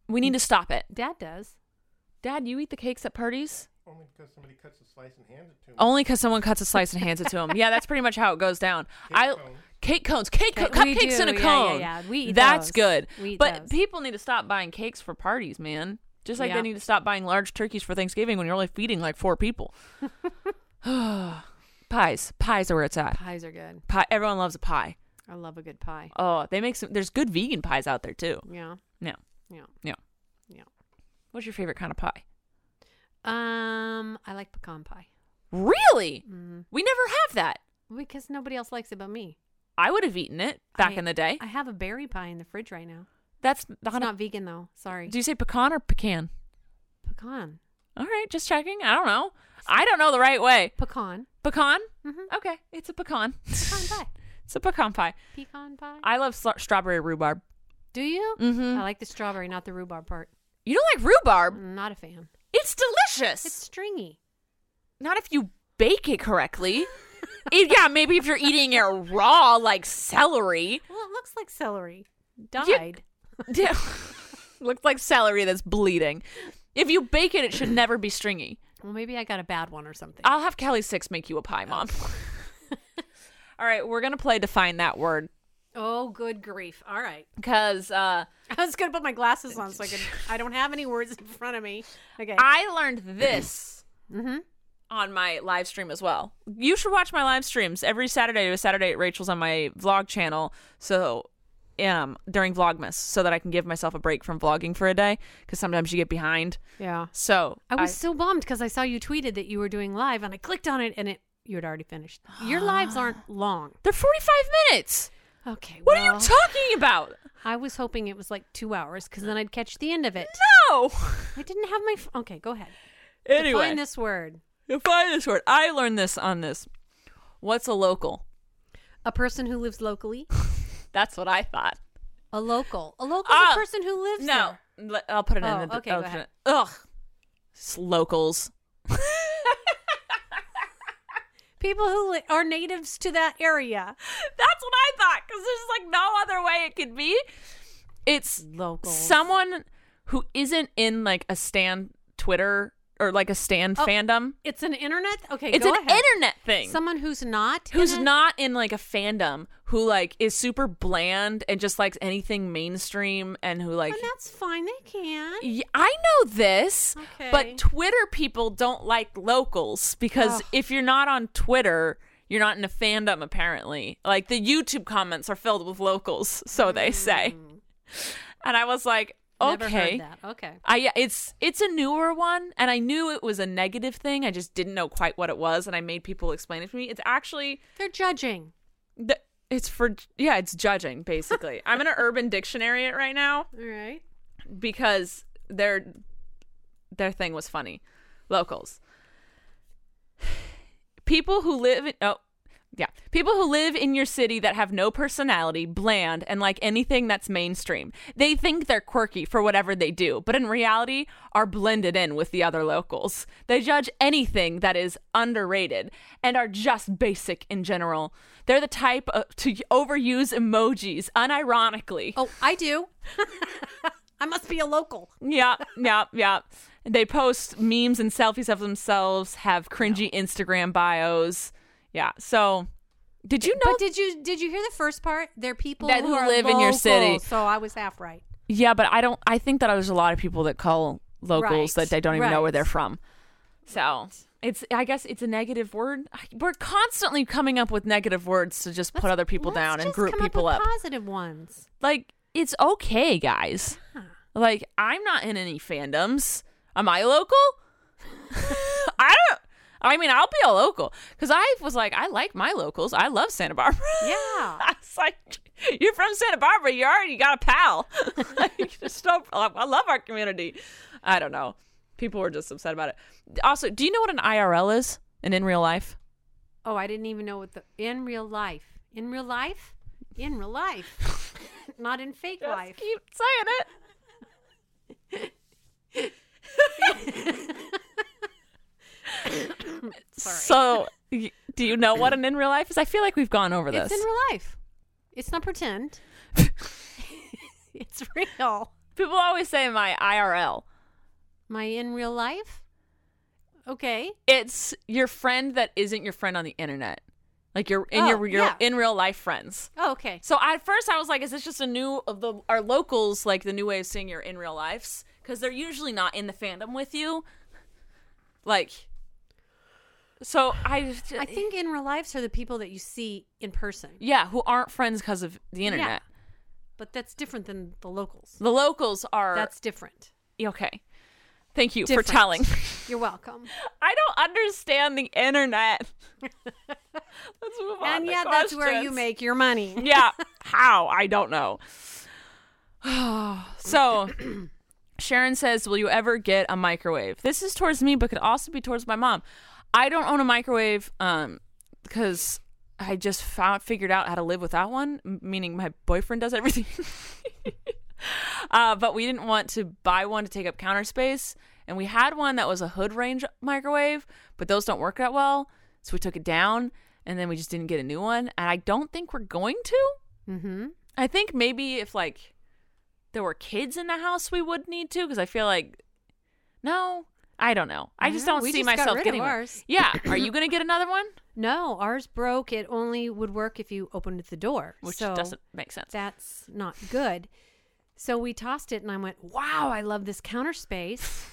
Speaker 1: We need to stop it.
Speaker 2: Dad does.
Speaker 1: Dad, you eat the cakes at parties?
Speaker 3: Only because somebody cuts a slice and hands it to me.
Speaker 1: Only because someone cuts a slice and hands it to him. Yeah, that's pretty much how it goes down. I
Speaker 3: cones.
Speaker 1: cake cones, cake co-
Speaker 2: Ca- we
Speaker 1: cupcakes
Speaker 2: do,
Speaker 1: in a
Speaker 2: yeah,
Speaker 1: cone.
Speaker 2: yeah, yeah. We eat
Speaker 1: that's
Speaker 2: those.
Speaker 1: good.
Speaker 2: We eat
Speaker 1: but
Speaker 2: those.
Speaker 1: people need to stop buying cakes for parties, man. Just like
Speaker 2: Yeah.
Speaker 1: they need to stop buying large turkeys for Thanksgiving when you're only feeding like four people. Pies, pies are where it's at.
Speaker 2: Pies are good.
Speaker 1: Pie, everyone loves a pie.
Speaker 2: I love a good pie.
Speaker 1: Oh, they make some. There's good vegan pies out there too.
Speaker 2: Yeah.
Speaker 1: Yeah,
Speaker 2: Yeah.
Speaker 1: Oh. yeah.
Speaker 2: Yeah.
Speaker 1: What's your favorite kind of pie?
Speaker 2: Um, I like pecan pie Mm,
Speaker 1: Really? We never have that.
Speaker 2: because nobody else likes it but me.
Speaker 1: I would have eaten it back
Speaker 2: I-
Speaker 1: in the day.
Speaker 2: I have a berry pie in the fridge right now.
Speaker 1: that's
Speaker 2: It's
Speaker 1: not,
Speaker 2: not vegan though. Sorry.
Speaker 1: Do you say pecan or pecan?
Speaker 2: pecan.
Speaker 1: All right, just checking. I don't know. I don't know the right way.
Speaker 2: Pecan.
Speaker 1: Pecan?
Speaker 2: Mhm.
Speaker 1: Okay, it's a pecan.
Speaker 2: Pecan pie.
Speaker 1: it's a pecan pie.
Speaker 2: Pecan pie.
Speaker 1: I love sla- strawberry rhubarb.
Speaker 2: Do you?
Speaker 1: Mhm.
Speaker 2: I like the strawberry, not the rhubarb part.
Speaker 1: You don't like rhubarb?
Speaker 2: I'm not a fan.
Speaker 1: It's delicious.
Speaker 2: It's stringy.
Speaker 1: not if you bake it correctly. It- yeah, maybe if you're eating it raw like celery.
Speaker 2: Well, it looks like celery. Dyed.
Speaker 1: Yeah. Looks like celery that's bleeding. If you bake it, it should never be stringy.
Speaker 2: Well, maybe I got a bad one or something.
Speaker 1: I'll have Kelly Six make you a pie, Mom.
Speaker 2: Oh.
Speaker 1: All right, we're going to play Define That Word
Speaker 2: oh, good grief. All right.
Speaker 1: because uh,
Speaker 2: I was going to put my glasses on so I could. I don't have any words in front of me. Okay.
Speaker 1: I learned this.
Speaker 2: mm-hmm.
Speaker 1: on my live stream as well. You should watch my live streams every Saturday to Saturday at Rachel's on my vlog channel. So um, during Vlogmas so that I can give myself a break from vlogging for a day because sometimes you get behind.
Speaker 2: Yeah.
Speaker 1: So
Speaker 2: I was so bummed because I saw you tweeted that you were doing live, and I clicked on it, and it you had already finished. Your lives aren't long.
Speaker 1: they're 45 minutes.
Speaker 2: Okay.
Speaker 1: What are
Speaker 2: well,
Speaker 1: you talking about?
Speaker 2: I was hoping it was like two hours because then I'd catch the end of it.
Speaker 1: No.
Speaker 2: I didn't have my. F- okay, go ahead.
Speaker 1: anyway,
Speaker 2: Define this word.
Speaker 1: define this word. I learned this on this. What's a local?
Speaker 2: A person who lives locally.
Speaker 1: That's what I thought.
Speaker 2: A local. A local.
Speaker 1: Ah,
Speaker 2: a person who lives
Speaker 1: No,
Speaker 2: there.
Speaker 1: Let- I'll put it
Speaker 2: Oh,
Speaker 1: in the.
Speaker 2: okay,
Speaker 1: I'll
Speaker 2: go
Speaker 1: put
Speaker 2: ahead.
Speaker 1: it- Ugh, S- locals.
Speaker 2: People who li- are natives to that area.
Speaker 1: That's what I thought because there's like no other way it could be. It's
Speaker 2: Local.
Speaker 1: someone who isn't in like a stand Twitter or like a stand
Speaker 2: Oh,
Speaker 1: fandom.
Speaker 2: It's an internet. Okay,
Speaker 1: It's
Speaker 2: go
Speaker 1: an
Speaker 2: ahead.
Speaker 1: internet thing.
Speaker 2: Someone who's not. in
Speaker 1: who's
Speaker 2: a-
Speaker 1: not in like a fandom who like is super bland and just likes anything mainstream and who like
Speaker 2: And that's fine. They can.
Speaker 1: Y- I know this,
Speaker 2: Okay.
Speaker 1: but Twitter people don't like locals because
Speaker 2: Ugh.
Speaker 1: if you're not on Twitter, you're not in a fandom apparently. Like the YouTube comments are filled with locals, so they say. And I was like,
Speaker 2: Hmm. Never heard
Speaker 1: okay.
Speaker 2: that. Okay.
Speaker 1: I yeah, it's it's a newer one and I knew it was a negative thing. I just didn't know quite what it was and I made people explain it to me. It's actually
Speaker 2: They're judging.
Speaker 1: the, it's for yeah, it's judging basically. I'm in an urban dictionary it right now
Speaker 2: All right.
Speaker 1: because their their thing was funny. Locals. People who live in oh yeah. People who live in your city that have no personality, bland, and like anything that's mainstream. They think they're quirky for whatever they do, but in reality are blended in with the other locals. They judge anything that is underrated and are just basic in general. They're the type of, to overuse emojis unironically.
Speaker 2: Oh, I do. I must be a local.
Speaker 1: Yeah, yeah, yeah. They post memes and selfies of themselves, have cringy Instagram bios. Yeah. So, did you know?
Speaker 2: But did you did you hear the first part? They're people
Speaker 1: That-
Speaker 2: who,
Speaker 1: who
Speaker 2: are
Speaker 1: live in your city.
Speaker 2: local, So I was half right.
Speaker 1: yeah, but I don't. I think that there's a lot of people that call locals
Speaker 2: Right,
Speaker 1: that they don't even know where
Speaker 2: right.
Speaker 1: they're from. So it's. I guess it's a negative word. I- We're constantly coming up with negative words to just put
Speaker 2: Let's-
Speaker 1: other people
Speaker 2: let's
Speaker 1: down and
Speaker 2: just
Speaker 1: group
Speaker 2: come
Speaker 1: people up.
Speaker 2: up. with Positive ones.
Speaker 1: like it's okay, guys. Like I'm not in any fandoms. Am I local? I don't. I mean, I'll be a local because I was like, I like my locals. I love Santa Barbara.
Speaker 2: Yeah.
Speaker 1: I was like, you're from Santa Barbara. You already got a pal. like, just don't, I love our community. I don't know. People were just upset about it. Also, do you know what an IRL is? An in real life?
Speaker 2: Oh, I didn't even know what the in real life. In real life? In real life. Not in fake
Speaker 1: Just
Speaker 2: life.
Speaker 1: keep saying it. So, y- do you know what an in real life is? I feel like we've gone over this.
Speaker 2: It's in real life. It's not pretend. it's real.
Speaker 1: People always say my IRL.
Speaker 2: My in real life? Okay.
Speaker 1: It's your friend that isn't your friend on the internet, like your in
Speaker 2: Oh,
Speaker 1: your, your
Speaker 2: yeah.
Speaker 1: in real life friends.
Speaker 2: Oh, okay.
Speaker 1: So at first I was like, is this just a new of the our locals like the new way of seeing your in real lives? Because they're usually not in the fandom with you. Like, so I,
Speaker 2: I think in real lives are the people that you see in person.
Speaker 1: yeah, who aren't friends because of the internet.
Speaker 2: But that's different than the locals.
Speaker 1: The locals are
Speaker 2: That's different.
Speaker 1: okay. Thank you
Speaker 2: different.
Speaker 1: for telling.
Speaker 2: You're welcome.
Speaker 1: I don't understand the internet. Let's move on.
Speaker 2: and
Speaker 1: to
Speaker 2: yeah, that's where you
Speaker 1: Oh, questions.
Speaker 2: make your money.
Speaker 1: Yeah. How? I don't know. so Sharon says, Will you ever get a microwave? This is towards me, but could also be towards my mom. I don't own a microwave um, because I just found, figured out how to live without one, m- meaning my boyfriend does everything. uh, but we didn't want to buy one to take up counter space. And we had one that was a hood range microwave, but those don't work that well. So we took it down and then we just didn't get a new one. And I don't think we're going to.
Speaker 2: Mm-hmm.
Speaker 1: I think maybe if like there were kids in the house, we would need to because I feel like no, I don't know. I just
Speaker 2: Yeah,
Speaker 1: don't
Speaker 2: we
Speaker 1: see
Speaker 2: just got
Speaker 1: myself
Speaker 2: rid of
Speaker 1: getting one.
Speaker 2: ours.
Speaker 1: Yeah, are you gonna get another one?
Speaker 2: No, ours broke. It only would work if you opened the door,
Speaker 1: Which
Speaker 2: so
Speaker 1: doesn't make sense.
Speaker 2: That's not good. So we tossed it, and I went, "Wow, I love this counter space."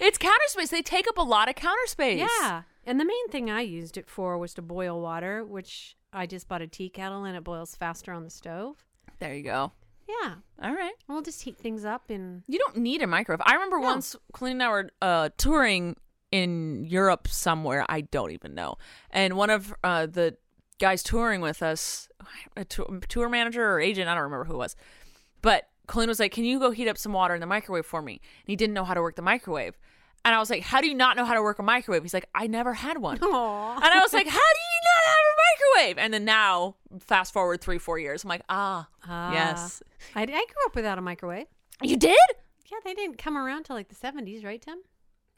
Speaker 1: It's counter space. They take up a lot of counter space.
Speaker 2: yeah. And the main thing I used it for was to boil water, which I just bought a tea kettle, and it boils faster on the stove.
Speaker 1: There you go.
Speaker 2: Yeah.
Speaker 1: All right.
Speaker 2: We'll just heat things up and
Speaker 1: You don't need a microwave. I remember
Speaker 2: No.
Speaker 1: once Colleen and I were uh, touring in Europe somewhere. I don't even know. And one of uh, the guys touring with us, a tou- tour manager or agent, I don't remember who it was, but Colleen was like, Can you go heat up some water in the microwave for me? And he didn't know how to work the microwave. And I was like, How do you not know how to work a microwave? He's like, I never had one.
Speaker 2: Aw.
Speaker 1: And I was like, How do you not have a microwave? And then now, fast forward three, four years, I'm like, Ah,
Speaker 2: Ah.
Speaker 1: yes.
Speaker 2: I, I grew up without a microwave.
Speaker 1: You did?
Speaker 2: Yeah, they didn't come around till like the 70s, right, Tim?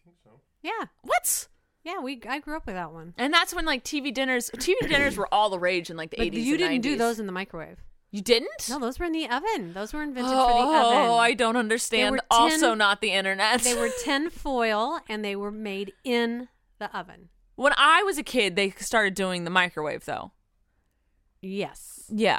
Speaker 3: think so.
Speaker 2: Yeah.
Speaker 1: What?
Speaker 2: Yeah, we I grew up without one.
Speaker 1: And that's when like TV dinners, TV dinners were all the rage in like the
Speaker 2: But
Speaker 1: 80s.
Speaker 2: you
Speaker 1: and
Speaker 2: didn't do
Speaker 1: 90s.
Speaker 2: those in the microwave.
Speaker 1: You didn't?
Speaker 2: No, those were in the oven. Those were invented
Speaker 1: oh,
Speaker 2: for the oven.
Speaker 1: I don't understand.
Speaker 2: were
Speaker 1: also,
Speaker 2: tin-
Speaker 1: not the internet.
Speaker 2: They were tin foil and they were made in the oven.
Speaker 1: when I was a kid, they started doing the microwave though.
Speaker 2: Yes.
Speaker 1: Yeah.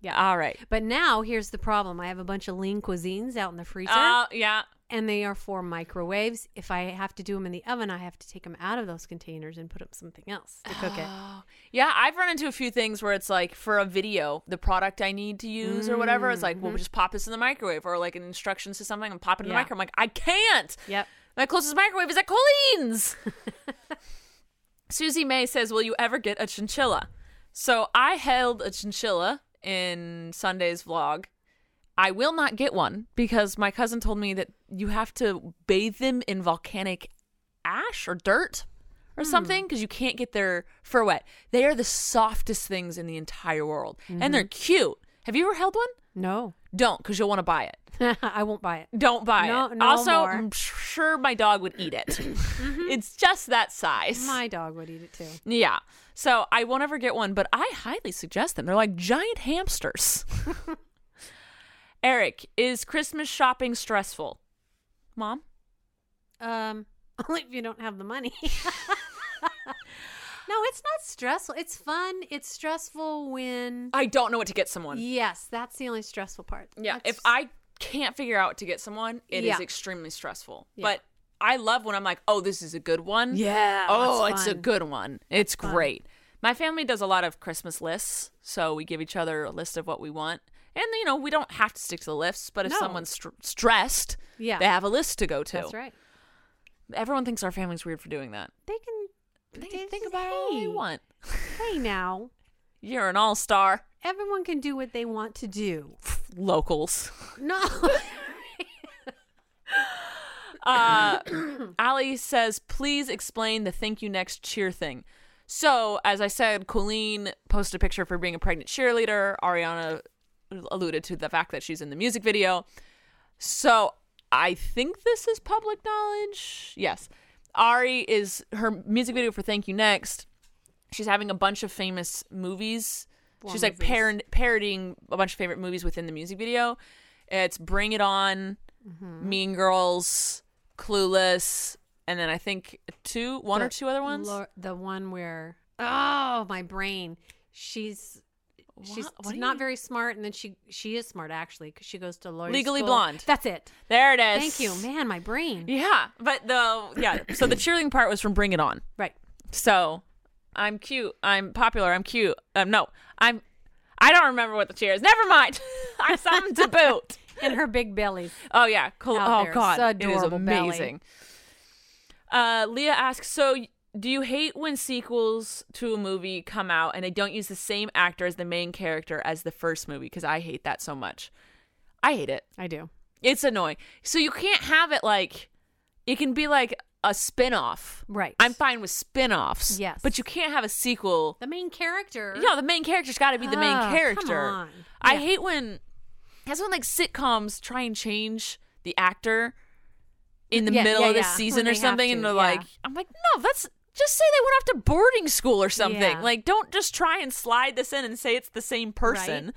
Speaker 2: Yeah.
Speaker 1: All right.
Speaker 2: But now here's the problem. I have a bunch of lean cuisines out in the freezer
Speaker 1: Uh, yeah.
Speaker 2: and they are for microwaves. If I have to do them in the oven, I have to take them out of those containers and put up something else to cook it.
Speaker 1: Oh. Yeah, I've run into a few things where it's like for a video, the product I need to use or whatever, it's like, well, we just pop this in the microwave or like an instructions to something and pop it in the
Speaker 2: Mm-hmm. Yeah.
Speaker 1: microwave. I'm like, I can't.
Speaker 2: Yep.
Speaker 1: My closest microwave is at Colleen's. Susie May says, Will you ever get a chinchilla? So I held a chinchilla in Sunday's vlog. I will not get one because my cousin told me that you have to bathe them in volcanic ash or dirt or something because you can't get their fur wet. They are the softest things in the entire world and they're cute. Have you ever held one?
Speaker 2: No.
Speaker 1: Don't because you'll want to buy it.
Speaker 2: I won't buy it.
Speaker 1: Don't buy
Speaker 2: No-
Speaker 1: it.
Speaker 2: no
Speaker 1: also,
Speaker 2: more. Mm-hmm.
Speaker 1: I'm sure my dog would eat it. It's just that size.
Speaker 2: My dog would eat it too.
Speaker 1: yeah. So I won't ever get one, but I highly suggest them. They're like giant hamsters. Eric, is Christmas shopping stressful? Mom?
Speaker 2: Um, only if you don't have the money. no, it's not stressful. It's fun. It's stressful when.
Speaker 1: I don't know what to get someone.
Speaker 2: Yes, that's the only stressful part.
Speaker 1: Yeah.
Speaker 2: That's-
Speaker 1: if I can't figure out what to get someone, it is
Speaker 2: Yeah.
Speaker 1: extremely stressful.
Speaker 2: Yeah.
Speaker 1: But I love when I'm like, oh, this is a good one.
Speaker 2: Yeah.
Speaker 1: Oh,
Speaker 2: that's
Speaker 1: it's a
Speaker 2: fun.
Speaker 1: good one. It's great. My family does a lot of Christmas lists, so we give each other a list of what we want. And you know, we don't have to stick to the lists, but if
Speaker 2: No.
Speaker 1: someone's str- stressed,
Speaker 2: Yeah.
Speaker 1: they have a list to go to.
Speaker 2: That's right.
Speaker 1: Everyone thinks our family's weird for doing that.
Speaker 2: They can.
Speaker 1: They
Speaker 2: they
Speaker 1: can think
Speaker 2: just-
Speaker 1: about it all
Speaker 2: hey,
Speaker 1: they want.
Speaker 2: Hey, now
Speaker 1: You're an all-star.
Speaker 2: everyone can do what they want to do.
Speaker 1: Locals.
Speaker 2: No.
Speaker 1: Uh, Ali says, please explain the thank you next cheer thing. So, as I said, Colleen posted a picture for being a pregnant cheerleader. Ariana alluded to the fact that she's in the music video. So, I think this is public knowledge. Yes. Ari is her music video for Thank You Next. She's having a bunch of famous movies.
Speaker 2: Well,
Speaker 1: she's like
Speaker 2: movies.
Speaker 1: par- parodying a bunch of favorite movies within the music video. It's Bring It On, Mm-hmm. Mean Girls, Clueless, and then I think two, one or
Speaker 2: The
Speaker 1: two other ones.
Speaker 2: Lo- the one where oh my brain, she's she's
Speaker 1: What- what do
Speaker 2: not
Speaker 1: you-
Speaker 2: very smart, and then she she is smart actually because she goes to lawyer.
Speaker 1: Legally
Speaker 2: school.
Speaker 1: Blonde.
Speaker 2: That's it.
Speaker 1: There it is.
Speaker 2: Thank you, man. My brain.
Speaker 1: Yeah, but the yeah. So the cheerleading part was from Bring It On.
Speaker 2: Right.
Speaker 1: So I'm cute. I'm popular. I'm cute. Um, no, I'm. I don't remember what the cheer is. Never mind. I'm something to boot.
Speaker 2: And her big belly.
Speaker 1: Oh yeah. Cool.
Speaker 2: Out
Speaker 1: Oh
Speaker 2: there.
Speaker 1: god,
Speaker 2: So
Speaker 1: it is
Speaker 2: adorable belly.
Speaker 1: amazing. Uh, Leah asks, so y- do you hate when sequels to a movie come out and they don't use the same actor as the main character as the first movie? Because I hate that so much. I hate it.
Speaker 2: I do.
Speaker 1: It's annoying. So you can't have it like it can be like a spin-off.
Speaker 2: Right.
Speaker 1: I'm fine with spin-offs.
Speaker 2: Yes.
Speaker 1: But you can't have a sequel.
Speaker 2: The main character.
Speaker 1: Yeah, the main character's got to be the main
Speaker 2: Oh, come
Speaker 1: character.
Speaker 2: on.
Speaker 1: I
Speaker 2: Yeah.
Speaker 1: hate when that's when like sitcoms try and change the actor in the
Speaker 2: Yeah,
Speaker 1: middle
Speaker 2: yeah,
Speaker 1: of the
Speaker 2: yeah.
Speaker 1: season
Speaker 2: When
Speaker 1: or
Speaker 2: they have
Speaker 1: something, and
Speaker 2: to,
Speaker 1: they're
Speaker 2: yeah.
Speaker 1: like, I'm like, no, that's just say they went off to boarding school or something.
Speaker 2: Yeah.
Speaker 1: Like, don't just try and slide this in and say it's the same person.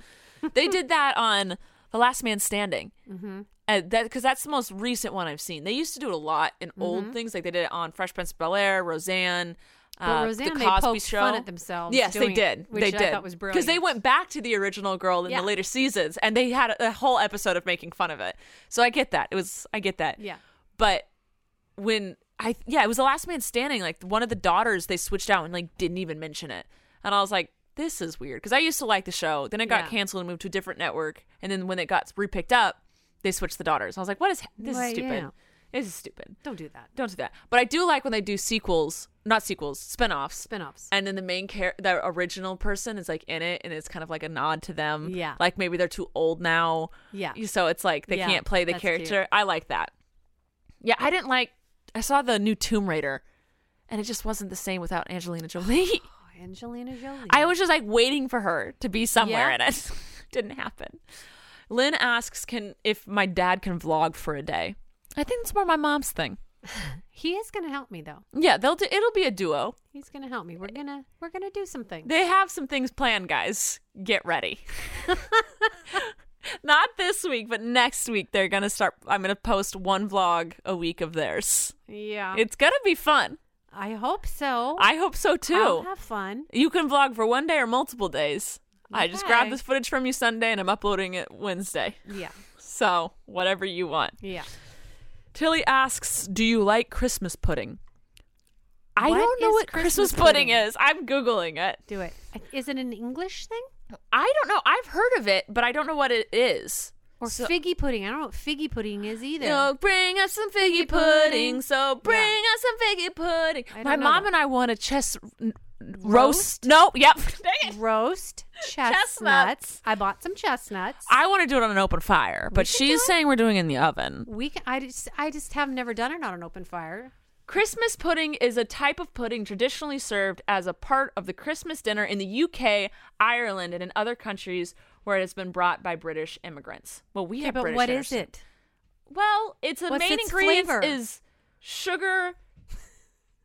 Speaker 1: they did that on The Last Man Standing.
Speaker 2: Mm-hmm.
Speaker 1: Uh, that because that's the most recent one I've seen. They used to do it a lot in
Speaker 2: Mm-hmm.
Speaker 1: old things, like they did it on Fresh Prince of Bel Air, Roseanne,
Speaker 2: Well,
Speaker 1: uh,
Speaker 2: Roseanne,
Speaker 1: the
Speaker 2: they
Speaker 1: Cosby
Speaker 2: poked
Speaker 1: Show.
Speaker 2: fun at themselves
Speaker 1: Yes, they
Speaker 2: doing it,
Speaker 1: did.
Speaker 2: which
Speaker 1: they
Speaker 2: I
Speaker 1: did
Speaker 2: thought was
Speaker 1: because they
Speaker 2: brilliant.
Speaker 1: went back to the original girl in
Speaker 2: Yeah.
Speaker 1: the later seasons, and they had a, a whole episode of making fun of it. So I get that. It was I get that.
Speaker 2: Yeah.
Speaker 1: But when I yeah, it was the Last Man Standing. Like one of the daughters they switched out and like didn't even mention it, and I was like, this is weird because I used to like the show. Then it got
Speaker 2: Yeah.
Speaker 1: canceled and moved to a different network. And then when it got repicked up, they switched the daughters. I was like, what is this
Speaker 2: Well,
Speaker 1: is stupid.
Speaker 2: yeah.
Speaker 1: This is stupid.
Speaker 2: Don't do that.
Speaker 1: Don't do that. But I do like when they do sequels, not sequels, spin-offs.
Speaker 2: Spin-offs.
Speaker 1: and then the main character, the original person, is like in it, and it's kind of like a nod to them.
Speaker 2: Yeah.
Speaker 1: like maybe they're too old now.
Speaker 2: Yeah.
Speaker 1: so it's like they
Speaker 2: Yeah,
Speaker 1: can't play the
Speaker 2: that's cute.
Speaker 1: character. I like that. Yeah, I didn't like. I saw the new Tomb Raider, and it just wasn't the same without Angelina Jolie.
Speaker 2: Oh, Angelina Jolie.
Speaker 1: I was just like waiting for her to be somewhere
Speaker 2: Yeah.
Speaker 1: in it. Didn't happen. Lynn asks, "Can if my dad can vlog for a day?" I think it's more my mom's thing.
Speaker 2: He is going to help me though.
Speaker 1: Yeah, they'll do. It'll be a duo.
Speaker 2: He's going to help me. We're going to we're going to do something.
Speaker 1: They have some things planned, guys. Get ready. Not this week, but next week they're gonna start. I'm gonna post one vlog a week of theirs.
Speaker 2: Yeah.
Speaker 1: It's gonna be fun.
Speaker 2: I hope so.
Speaker 1: I hope so
Speaker 2: I'll
Speaker 1: too.
Speaker 2: have fun.
Speaker 1: you can vlog for one day or multiple days. I just
Speaker 2: Okay.
Speaker 1: grabbed this footage from you Sunday and I'm uploading it Wednesday.
Speaker 2: Yeah.
Speaker 1: So whatever you want.
Speaker 2: Yeah.
Speaker 1: Tilly asks, "Do you like Christmas pudding?" I
Speaker 2: What
Speaker 1: don't know
Speaker 2: is
Speaker 1: what
Speaker 2: Christmas
Speaker 1: Christmas, pudding
Speaker 2: pudding?
Speaker 1: is. I'm googling it.
Speaker 2: Do it. Is it an English thing
Speaker 1: I don't know. I've heard of it, but I don't know what it is.
Speaker 2: or
Speaker 1: So-
Speaker 2: figgy pudding? I don't know what figgy pudding is either.
Speaker 1: No, bring us some figgy
Speaker 2: Figgy pudding.
Speaker 1: pudding. So bring
Speaker 2: Yeah.
Speaker 1: us some figgy pudding.
Speaker 2: I don't
Speaker 1: My
Speaker 2: know
Speaker 1: mom
Speaker 2: that.
Speaker 1: and I won a chess n- roast.
Speaker 2: Roast?
Speaker 1: No, yep. Dang it.
Speaker 2: Roast chestnuts.
Speaker 1: Chestnuts.
Speaker 2: I bought some chestnuts.
Speaker 1: I want to do it on an open fire, but
Speaker 2: should do
Speaker 1: she's
Speaker 2: it.
Speaker 1: saying we're doing it in the oven.
Speaker 2: we can, I just I just have never done it on an open fire.
Speaker 1: Christmas pudding is a type of pudding traditionally served as a part of the Christmas dinner in the UK, Ireland, and in other countries where it has been brought by British immigrants. Well, we
Speaker 2: Okay,
Speaker 1: have
Speaker 2: but
Speaker 1: British
Speaker 2: what
Speaker 1: dinners.
Speaker 2: is it?
Speaker 1: Well, it's a
Speaker 2: What's
Speaker 1: main
Speaker 2: its
Speaker 1: ingredient
Speaker 2: flavor?
Speaker 1: is sugar,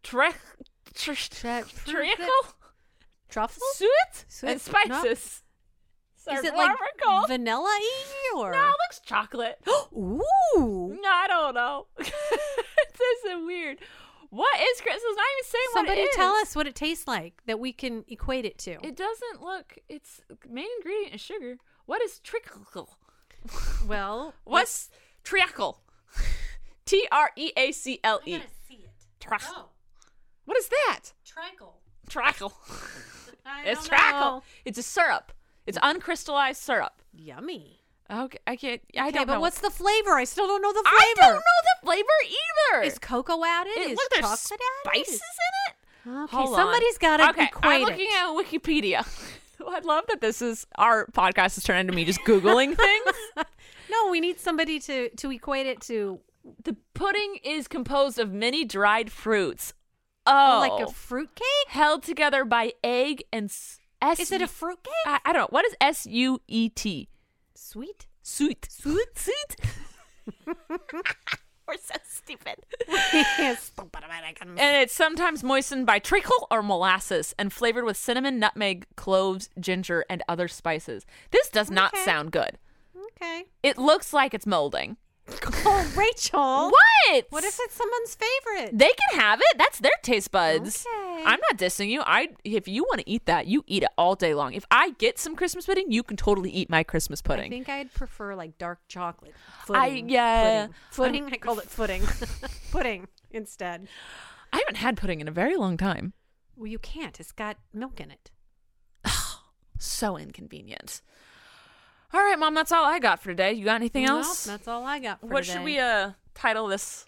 Speaker 1: tre- tr-
Speaker 2: Tre-
Speaker 1: treacle,
Speaker 2: Truffle?
Speaker 1: suet,
Speaker 2: Sweet?
Speaker 1: and
Speaker 2: No.
Speaker 1: spices.
Speaker 2: Is
Speaker 1: Served
Speaker 2: it like
Speaker 1: warm or cold.
Speaker 2: vanilla y or
Speaker 1: No, it looks chocolate.
Speaker 2: Ooh.
Speaker 1: No, I don't know. this is weird. What is Christmas? Not even saying what
Speaker 2: Somebody
Speaker 1: it is.
Speaker 2: tell us what it tastes like that we can equate it to.
Speaker 1: It doesn't look. It's main ingredient is sugar. What is treacle?
Speaker 2: well,
Speaker 1: What's treacle? T R E A C L E.
Speaker 2: see it. Oh,
Speaker 1: Treacle. What is that?
Speaker 2: tricle.
Speaker 1: Treacle.
Speaker 2: I
Speaker 1: It's treacle. It's a syrup. It's uncrystallized syrup.
Speaker 2: Yummy.
Speaker 1: Okay, I can't. I
Speaker 2: Okay,
Speaker 1: don't
Speaker 2: but
Speaker 1: know.
Speaker 2: what's the flavor? I still don't know the flavor.
Speaker 1: I don't know the flavor either.
Speaker 2: Is cocoa added?
Speaker 1: It-
Speaker 2: Is
Speaker 1: look, there's
Speaker 2: chocolate added?
Speaker 1: spices in it.
Speaker 2: Okay,
Speaker 1: Hold on.
Speaker 2: somebody's got to
Speaker 1: Okay,
Speaker 2: equate
Speaker 1: I'm looking
Speaker 2: it.
Speaker 1: at Wikipedia. I love that this is our podcast is turned into me just googling things.
Speaker 2: no, we need somebody to to equate it to
Speaker 1: The pudding is composed of many dried fruits. Oh,
Speaker 2: like a fruit cake.
Speaker 1: held together by egg and s- s. E
Speaker 2: Is it a fruit cake?
Speaker 1: I, I don't know. What is S U E T?
Speaker 2: Sweet.
Speaker 1: Sweet. Sweet. Sweet. We're so stupid.
Speaker 2: Stupid American.
Speaker 1: And it's sometimes moistened by treacle or molasses and flavored with cinnamon, nutmeg, cloves, ginger, and other spices. This does not
Speaker 2: Okay.
Speaker 1: sound good.
Speaker 2: Okay.
Speaker 1: It looks like it's molding.
Speaker 2: Oh, Rachel.
Speaker 1: What?
Speaker 2: What if it's someone's favorite?
Speaker 1: They can have it. That's their taste buds.
Speaker 2: Okay.
Speaker 1: I'm not dissing you. I if you want to eat that, you eat it all day long. If I get some Christmas pudding, you can totally eat my Christmas
Speaker 2: I
Speaker 1: pudding.
Speaker 2: think I'd prefer like dark chocolate.
Speaker 1: I- yeah.
Speaker 2: Footing.
Speaker 1: I'm-
Speaker 2: I called it footing. pudding instead.
Speaker 1: I haven't had pudding in a very long time.
Speaker 2: Well, you can't. It's got milk in it.
Speaker 1: So inconvenient. All right, mom, that's all I got for today. You got anything
Speaker 2: Nope,
Speaker 1: else?
Speaker 2: that's all I got. For
Speaker 1: what should we uh title this?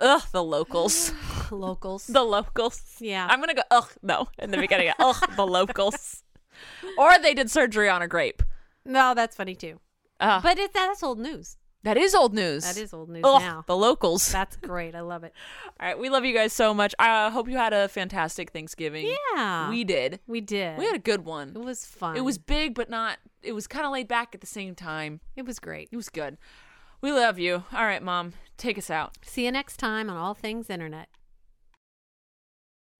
Speaker 1: Ugh, the locals.
Speaker 2: locals?
Speaker 1: the locals.
Speaker 2: Yeah.
Speaker 1: I'm gonna go ugh no in the beginning. ugh, the locals. Or they did surgery on a grape.
Speaker 2: no, that's funny too.
Speaker 1: Uh,
Speaker 2: But it, that's old news.
Speaker 1: that is old news.
Speaker 2: That is old news
Speaker 1: Ugh,
Speaker 2: now.
Speaker 1: the locals.
Speaker 2: That's great. I love it.
Speaker 1: All right, we love you guys so much. I uh, hope you had a fantastic Thanksgiving.
Speaker 2: Yeah,
Speaker 1: we did.
Speaker 2: we did.
Speaker 1: We had a good
Speaker 2: it
Speaker 1: one.
Speaker 2: was fun.
Speaker 1: It was big, but not. It was kind of laid back at the same time.
Speaker 2: it was great.
Speaker 1: It was good. We love you. All right, mom, take us out.
Speaker 2: See you next time on all things internet.